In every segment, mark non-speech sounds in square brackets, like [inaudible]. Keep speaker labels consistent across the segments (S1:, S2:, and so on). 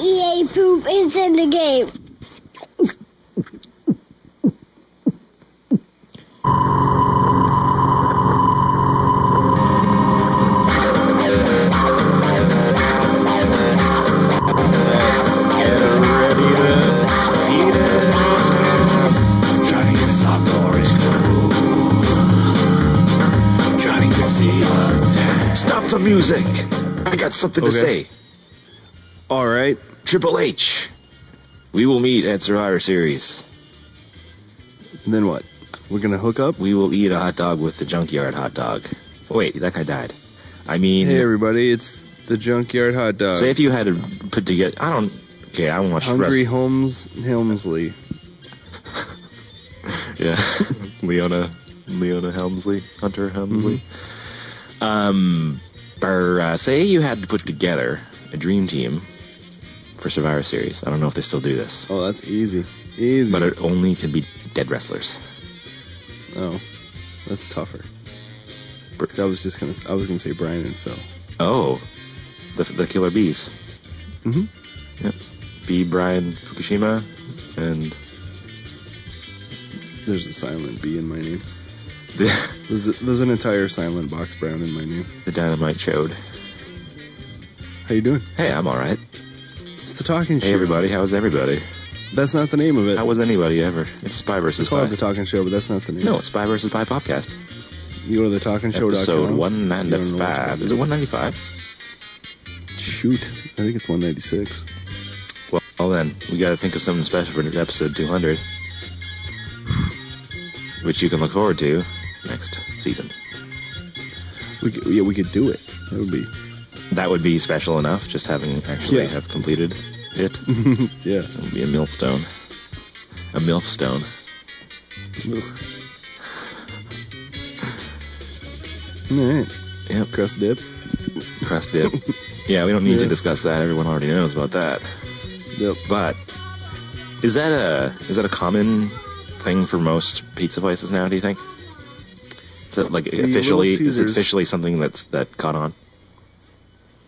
S1: E poop is in the game.
S2: Let's get ready to eat it.
S3: Drowning in soft orange glow. Drowning the sea of death.
S2: Stop the music. I got something to
S4: Okay.
S2: say.
S4: All right.
S2: Triple H. We will meet at Survivor Series.
S4: And then what? We're gonna hook up.
S2: We will eat a hot dog with the junkyard hot dog. Oh, wait, that guy died. I mean,
S4: Hey everybody, it's the junkyard hot dog.
S2: say if you had to put together, I don't. Okay, I don't watch
S4: Hungry
S2: wrestling.
S4: Holmes Helmsley.
S2: Yeah, Leona, Leona Helmsley, Hunter Helmsley. Um, or, uh, say you had to put together a dream team for Survivor Series. I don't know if they still do this,
S4: Oh, that's easy. Easy.
S2: but it only could be dead wrestlers.
S4: oh, that's tougher.
S2: Br-
S4: I was just gonna. I was gonna say Brian and Phil.
S2: Oh, the the killer bees.
S4: Mhm.
S2: Yep. B. Brian Fukushima and
S4: There's a silent B in my name.
S2: the, [laughs]
S4: There's, a, there's an entire silent box brown in my name.
S2: the dynamite showed.
S4: How you doing?
S2: Hey, I'm all right.
S4: It's the talking show.
S2: Hey, everybody. How's everybody?
S4: That's not the name of it.
S2: How was anybody ever? It's Spy versus
S4: it's called
S2: Spy.
S4: the talking show, but that's not the name.
S2: no, it's Spy versus Spy podcast.
S4: You go to the talking show.
S2: Episode one ninety five. Is it one ninety five?
S4: Shoot, I think it's 196.
S2: Well, well, then we got to think of something special for episode two hundred, which you can look forward to next season.
S4: We could, yeah, we could do it. That would be
S2: That would be special enough. Just having actually
S4: Yeah.
S2: have completed it.
S4: yeah.
S2: It'll be a milestone. A milestone.
S4: Ugh. All right,
S2: Yep.
S4: crust dip. [laughs]
S2: Crust dip. yeah, we don't need to
S4: Yeah.
S2: discuss that. Everyone already knows about that.
S4: Yep.
S2: But is that a is that a common thing for most pizza places now? Do you think? Is it like
S4: Little
S2: officially is it
S4: Caesars.
S2: officially something that's that caught on?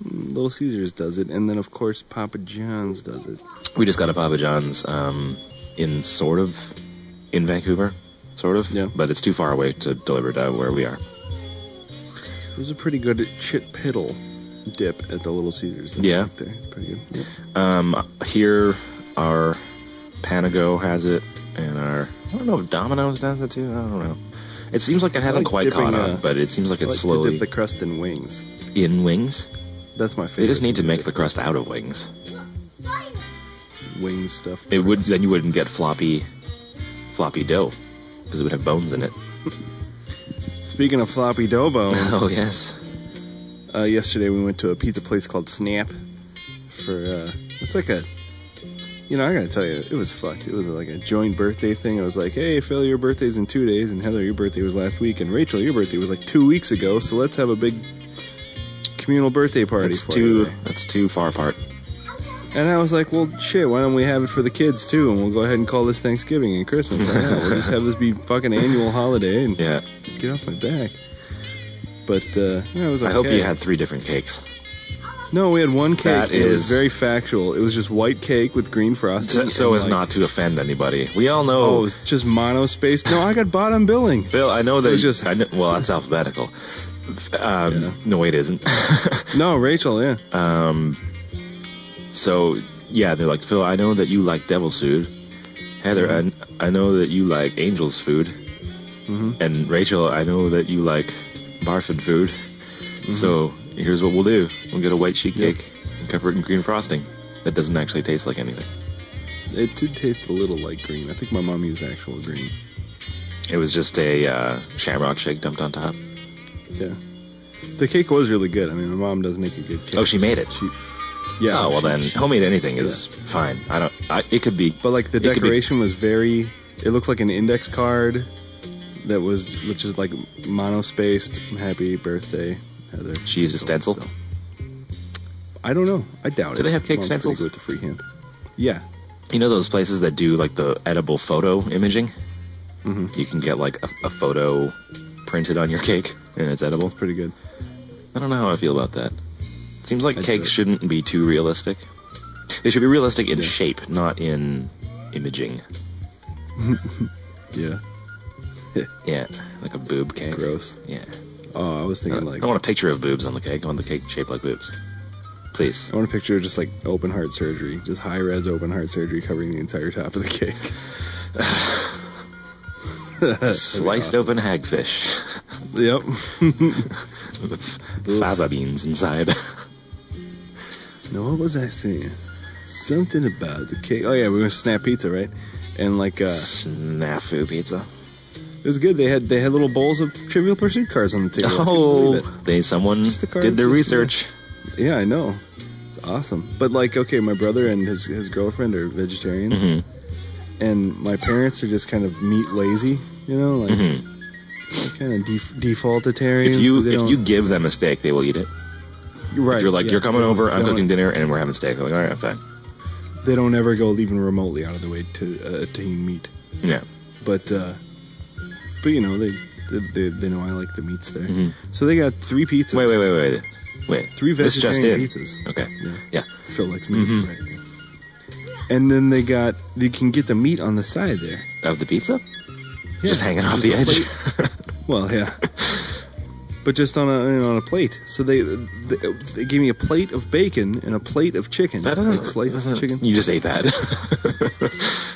S4: Little Caesars does it, and then of course Papa John's does it.
S2: We just got a Papa John's um, in sort of in Vancouver, sort of.
S4: Yeah.
S2: But it's too far away to deliver to where we are.
S4: There's a pretty good chit piddle dip at the Little Caesars. that I
S2: Yeah.
S4: like there. it's pretty good. Yeah.
S2: Um, here, our Panago has it, and our I don't know if Domino's does it too. I don't know. It seems like it hasn't
S4: like
S2: quite
S4: dipping,
S2: caught on,
S4: uh,
S2: but it seems like
S4: I
S2: it's
S4: like to
S2: slowly
S4: dip the crust in wings.
S2: in wings.
S4: That's my favorite.
S2: They just need to
S4: thing
S2: make the crust out of wings.
S4: do. wings stuff.
S2: It would then you wouldn't get floppy, floppy dough because it would have bones in it. [laughs]
S4: Speaking of floppy dough bones,
S2: Oh yes,
S4: uh, yesterday we went to a pizza place called Snap. For uh, it's like a, you know, I gotta tell you, it was fucked. It was like a joint birthday thing. It was like, hey, Phil, your birthday's in two days, and Heather, your birthday was last week, and Rachel, your birthday was like two weeks ago. So let's have a big communal birthday party
S2: that's
S4: for eh?
S2: too
S4: you.
S2: that's too far apart.
S4: And I was like, well, shit, why don't we have it for the kids too? And we'll go ahead and call this Thanksgiving and Christmas.
S2: [laughs]
S4: Why not? We'll just have this be fucking annual holiday and
S2: Yeah,
S4: get off my back. But uh, yeah, it was okay.
S2: I hope you had three different cakes.
S4: No, we had one cake.
S2: That
S4: and It was
S2: is-
S4: very factual. It was just white cake with green frosting.
S2: So, so
S4: and,
S2: as
S4: like-
S2: not to offend anybody. We all
S4: Oh, it
S2: know
S4: was just mono spaced. No, I got bottom billing.
S2: Phil, I know that.
S4: It was just-
S2: I know, well, that's alphabetical. F- Um,
S4: Yeah.
S2: No, it isn't. [laughs]
S4: No, Rachel, yeah.
S2: Uh, so, yeah, they're like, Phil, I know that you like devil's food. Heather, I, I know that you like angel's food. And Rachel, I know that you like barfing food. So, here's what we'll do we'll get a white sheet
S4: Yeah.
S2: cake and cover it in green frosting. That doesn't actually taste like anything.
S4: It did taste a little like green. I think my mom used actual green.
S2: It was just a uh, shamrock shake dumped on top.
S4: Yeah. The cake was really good. I mean, my mom does make a good cake.
S2: Oh, she made it.
S4: She, yeah.
S2: oh, well,
S4: she-
S2: then,
S4: she-
S2: homemade anything is fine. I don't, I, it could be.
S4: But like the
S2: it could be-
S4: decoration was very. It looked like an index card that was which is like mono spaced. Happy birthday, Heather.
S2: She used a stencil?
S4: I don't know. I doubt it.
S2: Do they have cake
S4: Mom's pretty
S2: stencils?
S4: good With the free hand. Yeah.
S2: You know those places that do like the edible photo imaging?
S4: Mm-hmm.
S2: You can get like a, a photo printed on your cake and it's edible.
S4: Pretty good.
S2: I don't know how I feel about that. It seems like
S4: I'd do
S2: cakes
S4: it.
S2: shouldn't be too realistic. They should be realistic in shape, not in imaging.
S4: Yeah.
S2: Yeah, like a boob cake.
S4: Gross.
S2: Yeah.
S4: Oh, I was
S2: I
S4: thinking
S2: don't-
S4: like
S2: Uh, I want a picture of boobs on the cake. I want the cake shaped like boobs. Please.
S4: I want a picture of just like open heart surgery, just high res open heart surgery covering the entire top of the cake. [laughs]
S2: Sliced open hagfish [laughs]
S4: Yep.
S2: with fava beans inside.
S4: Now what was I saying? Something about the cake. Oh yeah, we went to Snap Pizza, right? And like uh,
S2: [laughs] Snafu pizza.
S4: it was good. They had they had little bowls of Trivial Pursuit cards on the table. I [laughs] couldn't
S2: Oh,
S4: believe it.
S2: they someone
S4: Just the
S2: did
S4: cards,
S2: their
S4: just the-
S2: research.
S4: Yeah, I know. It's awesome. But like, okay, my brother and his his girlfriend are vegetarians,
S2: Mm-hmm.
S4: and my parents are just kind of meat lazy. You know, like kind of def- defaultitarians.
S2: Mm-hmm. If
S4: 'cause
S2: you
S4: they
S2: if
S4: don't-
S2: you give them a steak, they will eat it.
S4: right,
S2: If you're like,
S4: yeah,
S2: you're coming
S4: they
S2: over,
S4: don't-
S2: I'm
S4: they don't-
S2: cooking dinner, and we're having steak. I'm like, all right, fine.
S4: They don't ever go even remotely out of the way to uh, to eat meat.
S2: Yeah.
S4: but uh, but you know they they, they they know I like the meats there. So they got three pizzas.
S2: Mm-hmm. Wait, wait, wait, wait, wait.
S4: Three
S2: This just
S4: vegetarian
S2: in.
S4: pizzas.
S2: Okay.
S4: Yeah.
S2: Yeah.
S4: Phil likes meat,
S2: Mm-hmm.
S4: right? And then they got you can get the meat on the side there.
S2: Of the pizza,
S4: Yeah.
S2: just hanging off
S4: Just
S2: the
S4: a
S2: edge.
S4: plate. Well, yeah. But just on a you know, on a plate, so they, they they gave me a plate of bacon and a plate of chicken.
S2: [laughs] That doesn't
S4: like sliced
S2: doesn't-
S4: chicken.
S2: You just ate
S4: [laughs]
S2: that. [laughs]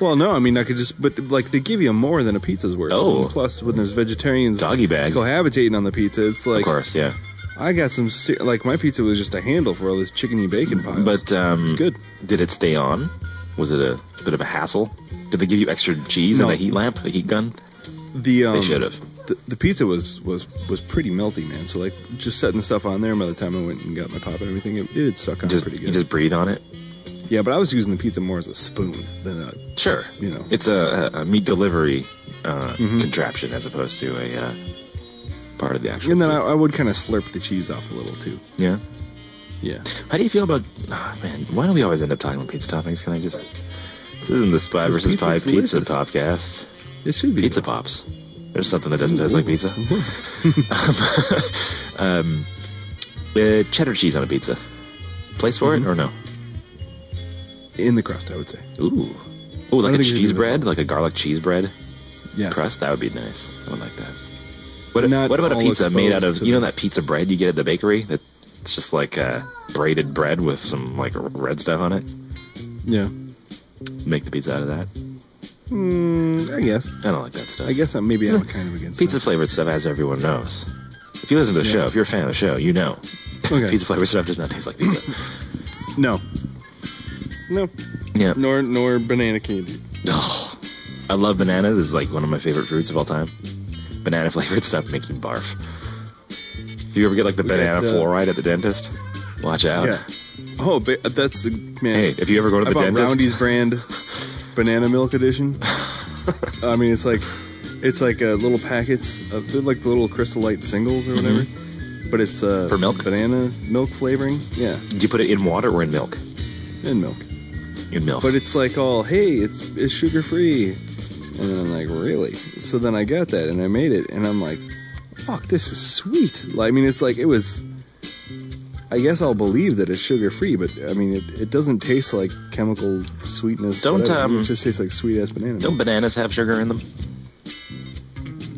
S4: Well, no, I mean I could just, but like they give you more than a pizza's worth.
S2: Oh.
S4: plus when there's vegetarians
S2: Doggy bag.
S4: cohabitating on the pizza, it's
S2: of
S4: like
S2: course, yeah.
S4: I got some ser- like my pizza was just a handle for all this chickeny bacon piles.
S2: But um,
S4: uh, it's good.
S2: Did it stay on? Was it a bit of a hassle? Did they give you extra cheese
S4: No.
S2: and a heat lamp, a heat gun?
S4: the um,
S2: they should have.
S4: The, the pizza was was was pretty melty, man. So like just setting the stuff on there. By the time I went and got my pop and everything, it, it had stuck on
S2: Just
S4: pretty
S2: you
S4: good.
S2: just breathe on it.
S4: yeah, but I was using the pizza more as a spoon than a
S2: Sure,
S4: You know. Mm-hmm.
S2: it's a, a meat delivery uh, contraption as opposed to a uh, part of the actual.
S4: and then
S2: food.
S4: I, I would kind of slurp the cheese off a little too.
S2: yeah.
S4: Yeah,
S2: How do you feel about? Oh, man, why do we always end up talking about pizza toppings? Can I just? This isn't the Spy
S4: 'Cause
S2: versus
S4: pizza's
S2: Pie pizza
S4: delicious.
S2: podcast.
S4: it should be
S2: Pizza pops. There's something that doesn't taste like pizza.
S4: Mm-hmm.
S2: um, uh, cheddar cheese on a pizza. Place for
S4: Mm-hmm.
S2: it or no?
S4: in the crust. I would say.
S2: Ooh. Ooh, like a
S4: think you should do
S2: cheese
S4: this
S2: bread,
S4: one.
S2: like a garlic cheese bread
S4: Yeah,
S2: crust. That would be nice. I would like that. What,
S4: Not
S2: what about a
S4: all
S2: pizza made out of
S4: exposed to
S2: you know
S4: the-
S2: that pizza bread you get at the bakery? That it's just like uh, braided bread with some like red stuff on it.
S4: Yeah.
S2: Make the pizza out of that.
S4: Mm, I guess.
S2: I don't like that stuff.
S4: I guess I'm, maybe I'm kind of against
S2: pizza
S4: That.
S2: flavored stuff, as everyone knows. If you listen to the
S4: Yeah.
S2: show, if you're a fan of the show, you know
S4: Okay.
S2: pizza flavored stuff does not taste
S4: [laughs]
S2: like pizza.
S4: No. No.
S2: yeah.
S4: Nor nor banana candy.
S2: Oh, I love bananas. It's like one of my favorite fruits of all time. Banana [laughs] flavored stuff makes me barf. Do you ever get like the
S4: got,
S2: banana
S4: uh,
S2: fluoride at the dentist? Watch out.
S4: Yeah. Oh, ba- that's man.
S2: Hey, if you ever go to
S4: I
S2: the
S4: bought
S2: dentist,
S4: Roundy's brand banana milk
S2: [laughs]
S4: edition. I mean, it's like it's like uh, little packets of they're like the little crystal light singles or whatever. But it's uh,
S2: Mm-hmm. For milk?
S4: banana milk flavoring. Yeah,
S2: do you put it in water or in milk?
S4: and milk.
S2: In milk.
S4: But it's like all hey, it's it's sugar free. And then I'm like, really? So then I got that and I made it and I'm like, fuck, this is sweet. Like, I mean, it's like it was. I guess I'll believe that it's sugar free, but I mean, it, it doesn't taste like chemical sweetness.
S2: Don't,
S4: whatever.
S2: um,
S4: it just tastes like sweet ass banana.
S2: Don't bananas have sugar in them?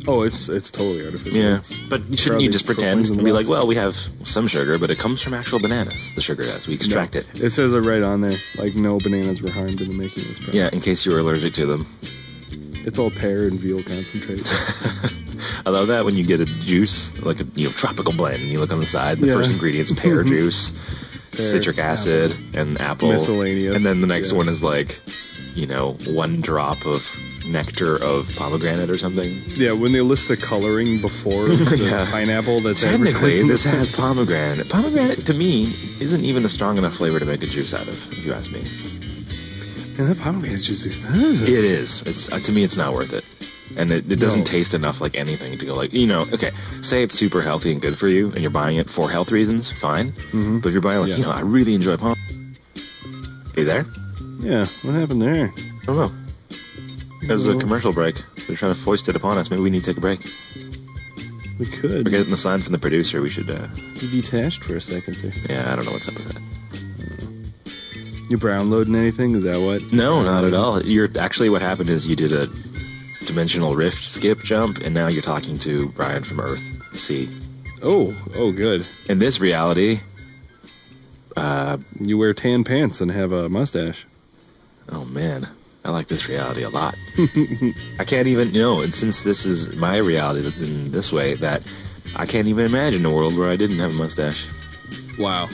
S4: Oh, it's it's totally artificial. It's-
S2: But shouldn't
S4: probably
S2: you just
S4: propylene
S2: pretend
S4: in
S2: and
S4: the
S2: be like,
S4: box.
S2: well, we have some sugar, but it comes from actual bananas. The sugar does. We extract
S4: no.
S2: it.
S4: It says it right on there. Like no bananas were harmed in the making of this product.
S2: Yeah, in case you were allergic to them.
S4: It's all pear and veal
S2: [laughs]
S4: concentrate.
S2: I love that when you get a juice, like a you know tropical blend, and you look on the side, the
S4: Yeah.
S2: first
S4: [laughs]
S2: ingredient's pear juice, citric acid, and apple.
S4: Miscellaneous,
S2: And then the next
S4: yeah.
S2: one is like, you know, one drop of nectar of pomegranate or something.
S4: yeah, when they list the coloring
S2: [laughs]
S4: before the
S2: Yeah.
S4: pineapple that's advertised
S2: Technically,
S4: in the
S2: this has pomegranate. Pomegranate to me isn't even a strong enough flavor to make a juice out of, if you ask me.
S4: And that pomegranate juice is expensive.
S2: It is. It's uh, to me, it's not worth it, and it, it doesn't
S4: No.
S2: taste enough like anything to go like you know. Okay, say it's super healthy and good for you, and you're buying it for health reasons, fine. But if you're buying like
S4: Yeah.
S2: you know, I really enjoy pom. Hey there.
S4: Yeah, what happened there?
S2: I don't know. That was a
S4: No.
S2: commercial break. They're trying to foist it upon us. Maybe we need to take a break.
S4: We could.
S2: We're getting the sign from the producer. We should. Uh,
S4: be detached for a second there.
S2: yeah, I don't know what's up with that.
S4: You brown loading anything? Is that what?
S2: No, not at all. You're actually what happened is you did a dimensional rift skip jump, and now you're talking to Brian from Earth. See,
S4: Oh, oh, good.
S2: in this reality,
S4: You wear tan pants and have a mustache.
S2: oh man, I like this reality
S4: [laughs]
S2: a lot. I can't even you know, and since this is my reality in this way, that I can't even imagine a world where I didn't have a mustache.
S4: Wow.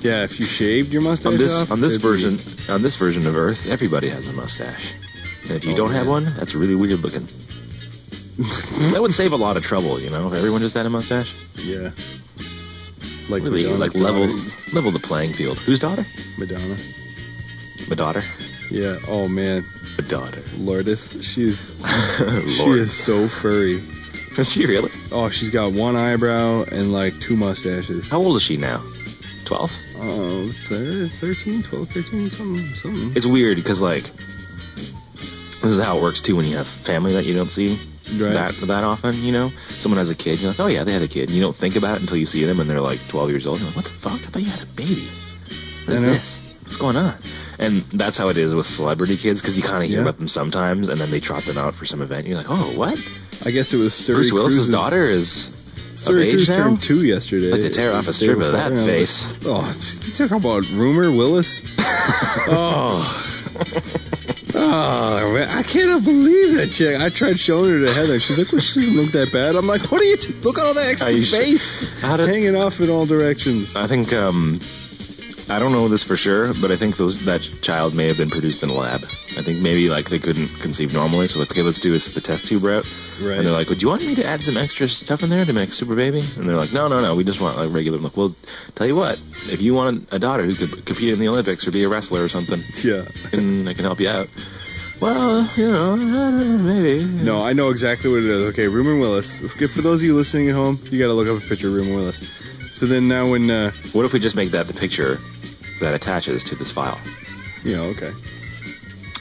S4: Yeah, if you shaved your mustache
S2: on this
S4: off,
S2: on this
S4: it'd be-
S2: version on this version of Earth, everybody has a mustache. And if you
S4: Oh,
S2: don't have
S4: man.
S2: one, that's really weird
S4: [laughs]
S2: looking. that would save a lot of trouble, you know, if everyone just had a mustache.
S4: yeah, like
S2: Really,
S4: Madonna's
S2: like level
S4: daughter.
S2: level the playing field. Whose daughter?
S4: Madonna.
S2: My daughter.
S4: Yeah. Oh man,
S2: My daughter.
S4: Lourdes, she's she
S2: [laughs] Lord.
S4: is so furry.
S2: [laughs] Is she really?
S4: Oh, she's got one eyebrow and like two mustaches.
S2: How old is she now? Twelve.
S4: Oh, thir- 13, 12, 13, something, something.
S2: It's weird because like this is how it works too when you have family that you don't see
S4: Right.
S2: that that often. You know, someone has a kid. You're like, oh yeah, they had a kid. And you don't think about it until you see them and they're like 12 years old. You're like, what the fuck? I thought you had a baby.
S4: I
S2: What is
S4: know.
S2: this? What's going on? And that's how it is with celebrity kids because you kind of hear
S4: Yeah.
S2: about them sometimes, and then they trot them out for some event. And you're like, oh, what?
S4: I guess it was Suri
S2: Bruce Willis's
S4: Cruz's-
S2: daughter is
S4: Suri
S2: of age
S4: Cruz
S2: now.
S4: turned two yesterday.
S2: Like to tear off a strip of that
S4: Yeah.
S2: face.
S4: Oh, you talk about rumor,
S2: [laughs]
S4: Willis. oh. [laughs] Oh, man, I cannot believe that chick. I tried showing her to Heather. She's like, well, she doesn't look that bad. I'm like, what are you? T- look at all that extra
S2: Are you sh-
S4: face
S2: How did-
S4: hanging off in all directions.
S2: I think um, I don't know this for sure, but I think those that child may have been produced in a lab. I think maybe like they couldn't conceive normally, so like okay, let's do this the test tube route.
S4: Right.
S2: And they're like, "Would you want me to add some extra stuff in there to make a super baby?" And they're like, "No, no, no, we just want like regular." I'm like, well, tell you what, if you want a daughter who could compete in the Olympics or be a wrestler or something,
S4: Yeah.
S2: and I can help you out. Well, you know, uh, maybe.
S4: No, I know exactly what it is. Okay, Rumor Willis. Good for those of you listening at home. You got to look up a picture of Rumor Willis. So then now when uh,
S2: What if we just make that the picture that attaches to this file?
S4: you know, okay,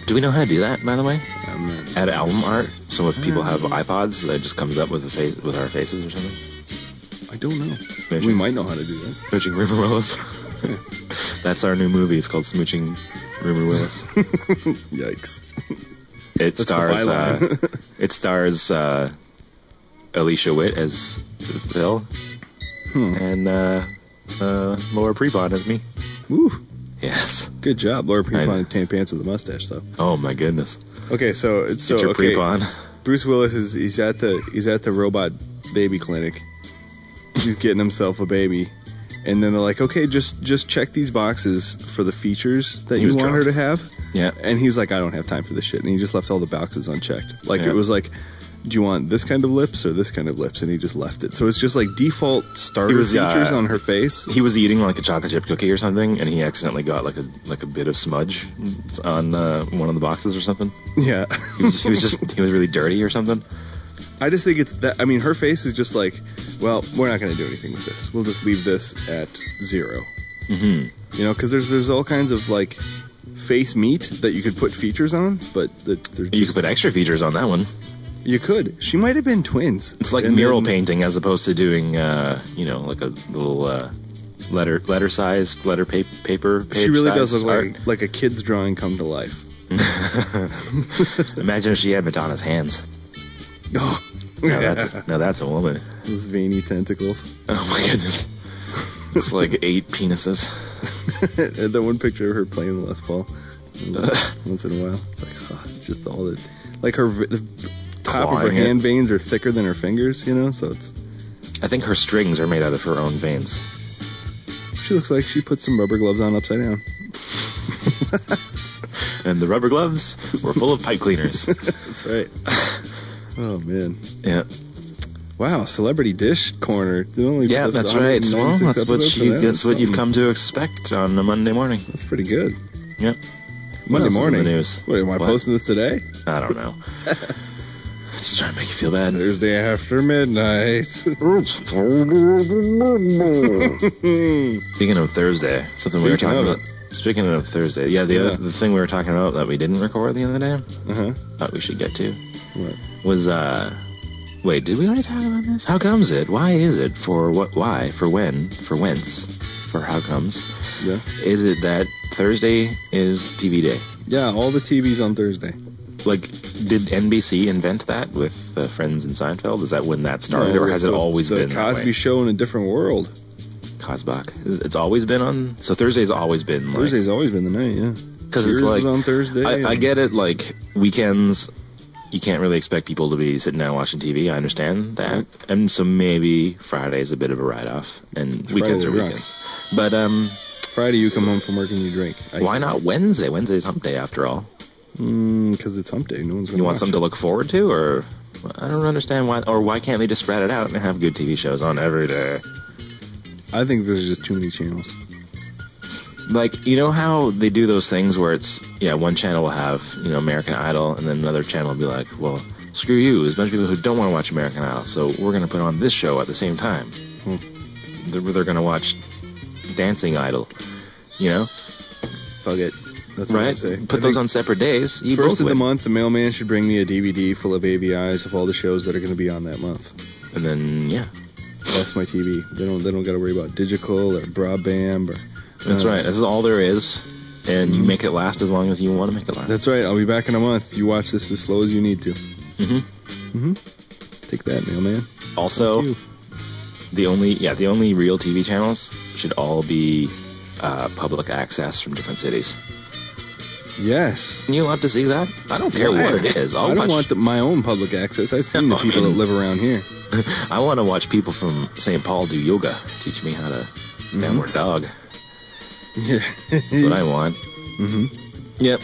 S2: Do we know how to do that, by the way?
S4: I'm not-
S2: add album art. So if people have iPods, that just comes up with a face with our faces or something.
S4: I don't know.
S2: Maybe.
S4: We might know how to do that.
S2: Smooching River
S4: [laughs]
S2: Willis. That's our new movie. It's called Smooching River
S4: [laughs]
S2: Willis.
S4: Yikes.
S2: It
S4: the
S2: stars. Uh,
S4: [laughs] byline.
S2: it stars uh, Alicia Witt as Phil,
S4: Hmm.
S2: and uh, uh, Laura Prepon as me.
S4: Woo.
S2: Yes.
S4: Good job, Laura
S2: know.
S4: Prepon in tan pants with a mustache, though.
S2: Oh my goodness.
S4: Okay, so it's so
S2: Get your
S4: okay. [laughs]
S2: Prepon.
S4: Bruce Willis is he's at the he's at the robot baby clinic. He's getting himself a baby, and then they're like, "Okay, just just check these boxes for the features that
S2: He
S4: you
S2: was
S4: want
S2: drunk.
S4: her to have."
S2: Yeah.
S4: And he's like, "I don't have time for this shit," and he just left all the boxes unchecked. Like
S2: Yeah.
S4: it was like, "Do you want this kind of lips or this kind of lips?" And he just left it. So it's just like default starter
S2: He was, uh,
S4: features on her face. [laughs]
S2: He was eating like a chocolate chip cookie or something, and he accidentally got like a like a bit of smudge on uh, one of the boxes or something.
S4: Yeah.
S2: He was, he was just he was really dirty or something.
S4: I just think it's that. I mean, her face is just like, well, we're not going to do anything with this. We'll just leave this at 0 Mm-hmm. You know, because there's there's all kinds of like face meat that you could put features on, but that they're
S2: You could
S4: just,
S2: put extra features on that one.
S4: you could. She might have been twins.
S2: It's like
S4: And
S2: mural
S4: then-
S2: painting as opposed to doing uh, you know like a little uh, letter letter sized letter pa- paper.
S4: She
S2: page
S4: really does
S2: sized
S4: look
S2: art.
S4: like like a kid's drawing come to
S2: [laughs]
S4: life.
S2: Imagine if she had Madonna's hands.
S4: Oh,
S2: Now that's a, now that's a woman.
S4: those veiny tentacles. [laughs]
S2: Oh my goodness. It's like eight penises.
S4: and that one picture of her playing the Les
S2: [laughs]
S4: Paul once in a while. It's like ah, just all the like her v- the top of her
S2: Clawing it.
S4: hand veins are thicker than her fingers, you know. So it's
S2: I think her strings are made out of her own veins.
S4: she looks like she put some rubber gloves on upside down.
S2: And the rubber gloves were full of pipe
S4: [laughs]
S2: cleaners.
S4: That's right. oh man,
S2: Yeah.
S4: wow! Celebrity dish corner. It only took
S2: Yeah,
S4: us
S2: that's right. Well,
S4: 196
S2: that's what
S4: episodes for
S2: she,
S4: that.
S2: that's what you've
S4: something.
S2: come to expect on a Monday morning.
S4: That's pretty good.
S2: Yep.
S4: Monday
S2: else is in
S4: morning.
S2: the news?
S4: What am I
S2: What?
S4: posting this today?
S2: I
S4: [laughs]
S2: don't know. Just trying to make you feel bad.
S4: Thursday after midnight.
S2: Speaking of Thursday, something we
S4: Speaking
S2: were talking
S4: of
S2: about. Speaking of Thursday, yeah, the
S4: Yeah.
S2: other the thing we were talking about that we didn't record the other day,
S4: uh huh.
S2: thought we should get to
S4: [laughs] What?
S2: was uh, wait, did we already talk about this? How comes it? Why is it? For what? Why? For when? For whence? for how comes.
S4: Yeah.
S2: Is it that Thursday is TV day?
S4: Yeah, all the TV's on Thursday.
S2: Like, did NBC invent that with uh, Friends and Seinfeld? Is that when that started,
S4: No,
S2: or has
S4: it's
S2: it
S4: the-
S2: always
S4: the
S2: been that
S4: Cosby
S2: way?
S4: Show in a different world?
S2: Cosbach? Is- It's always been on. So Thursday's always been like,
S4: Thursday's always been the night, yeah.
S2: because it's
S4: Cheers
S2: like
S4: was on Thursday.
S2: I, I
S4: and-
S2: get it. Like weekends, you can't really expect people to be sitting down watching TV. I understand that, and so maybe Friday's a bit of a write-off, and weekends
S4: Friday
S2: are
S4: rocks.
S2: weekends. But um,
S4: Friday you come home from work and you drink.
S2: why not Wednesday? Wednesday's hump day after all.
S4: Because it's hump day. No one's gonna
S2: You want
S4: watch
S2: something to look forward to, or I don't understand why, or why can't they just spread it out and have good TV shows on every day?
S4: it. I think there's just too many channels.
S2: Like you know how they do those things where it's yeah, one channel will have you know American Idol, and then another channel will be like, well, screw you, there's a bunch of people who don't want to watch American Idol, so we're gonna put on this show at the same time.
S4: Hmm.
S2: They're, they're gonna watch Dancing Idol, you know,
S4: Fuck it. That's what I
S2: right?
S4: say.
S2: Put
S4: I
S2: those
S4: think
S2: on separate days. You
S4: First
S2: both
S4: of the
S2: win.
S4: month, the mailman should bring me a DVD full of AVIs of all the shows that are going to be on that month.
S2: and then yeah,
S4: That's my TV. They don't. They don't got to worry about digital or broadband or.
S2: that's
S4: Uh,
S2: right. Mm-hmm. This is all there is, and you make it last as long as you want to make it last.
S4: That's right. I'll be back in a month. You watch this as slow as you need to. Mm-hmm. Mm-hmm. Take that, mailman.
S2: Also,
S4: You.
S2: the only yeah the only real TV channels should all be uh, public access from different cities.
S4: Yes.
S2: You want to see that? I don't care what it is. I'll
S4: I don't
S2: watch,
S4: want the, my own public access. I've seen the people that live around here.
S2: I want to watch people from St. Paul do yoga. Teach me how to
S4: Mm-hmm.
S2: downward dog.
S4: Yeah.
S2: That's what I want. Mm-hmm. Yep.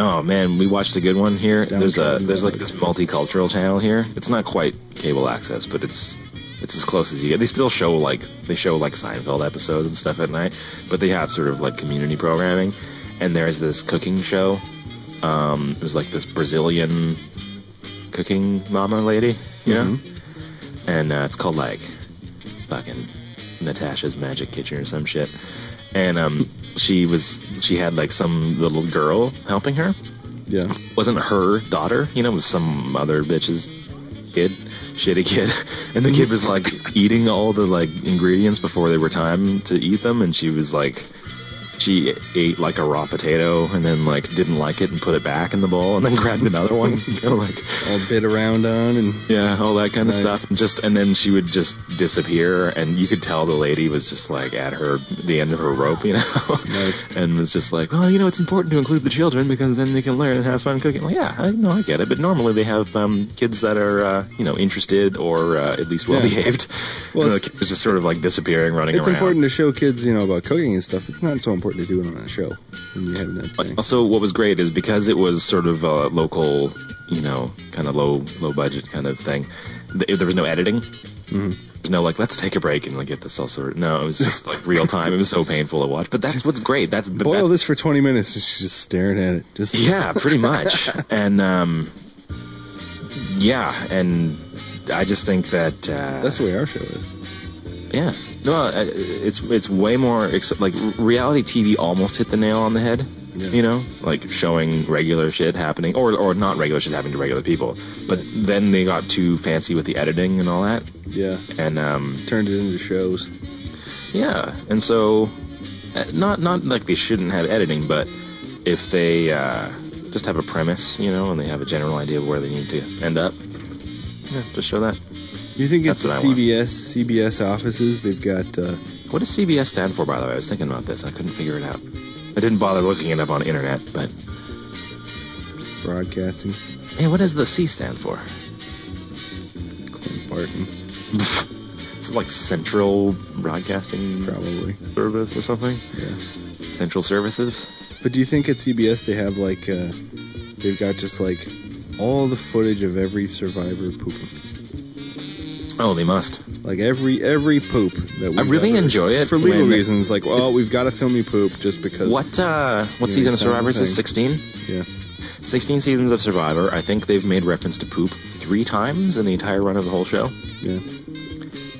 S2: Oh man, we watched a good one here. there's a
S4: Downtown
S2: there's like
S4: Dog.
S2: this multicultural channel here. It's not quite cable access, but it's it's as close as you get. They still show like they show like Seinfeld episodes and stuff at night, but they have sort of like community programming. And there's this cooking show. Um, it was like this Brazilian cooking mama lady, you know, and uh, it's called like fucking Natasha's Magic Kitchen or some shit. And um, she was she had like some little girl helping her.
S4: Yeah.
S2: Wasn't her daughter, you know, it was some other bitch's kid, shitty kid. [laughs] And the kid was like eating all the like ingredients before they were time to eat them, and she was like she ate like a raw potato and then like didn't like it and put it back in the bowl and then [laughs] grabbed another one. You know, like
S4: All bit around on and
S2: yeah, all that kind
S4: Nice.
S2: of stuff. Just and then she would just disappear, and you could tell the lady was just like at her the end of her rope, you know. [laughs]
S4: Nice.
S2: and was just like, well, you know, it's important to include the children because then they can learn and have fun cooking. Well, yeah, I know, I get it. But normally they have um, kids that are uh, you know interested or uh, at least well behaved.
S4: [laughs] Well,
S2: Well, the
S4: it's-
S2: kid was just sort of like disappearing, running
S4: it's
S2: around.
S4: important to show kids, you know, about cooking and stuff. It's not so important to do it on a show when you have that thing.
S2: Also, what was great is because it was sort of a local, you know, kind of low low budget kind of thing. Th- there was no editing.
S4: Mm-hmm.
S2: There's no like, let's take a break and like, get this all sorted. No,
S4: [laughs]
S2: it was just like real time. it was so painful to watch, but that's what's great. That's but
S4: Boil
S2: that's,
S4: this for 20 minutes. and She's just staring at it. Just
S2: yeah, pretty much. and um, yeah, and I just think that uh,
S4: That's the way our show is.
S2: yeah. No, uh, it's it's way more ex- like r- reality TV almost hit the nail on the head.
S4: Yeah.
S2: You know, like showing regular shit happening, or or not regular shit happening to regular people. But then they got too fancy with the editing and all that,
S4: Yeah.
S2: and um,
S4: Turned it into shows.
S2: yeah, and so uh, not not like they shouldn't have editing, but if they uh, just have a premise, you know, and they have a general idea of where they need to end up, yeah, just show that.
S4: You think
S2: That's
S4: it's the
S2: what I want.
S4: CBS, CBS offices? They've got, uh,
S2: What does CBS stand for, by the way? I was thinking about this. I couldn't figure it out. I didn't bother looking it up on the internet, but
S4: broadcasting.
S2: hey, what does the C stand for?
S4: Clint Barton,
S2: It's like Central Broadcasting
S4: probably.
S2: Service or something.
S4: Yeah.
S2: Central Services.
S4: But do you think at CBS they have, like, uh, they've got just, like, all the footage of every survivor pooping?
S2: Oh, they must.
S4: Like every every poop that we
S2: I really
S4: ever-
S2: enjoy it
S4: for legal
S2: when-
S4: reasons. Like, well, we've got to film you poop just because.
S2: What uh, what
S4: Yeah,
S2: season of
S4: same
S2: Survivor is this?
S4: thing.
S2: Sixteen.
S4: Yeah,
S2: 16 seasons of Survivor. I think they've made reference to poop three times in the entire run of the whole show,
S4: yeah,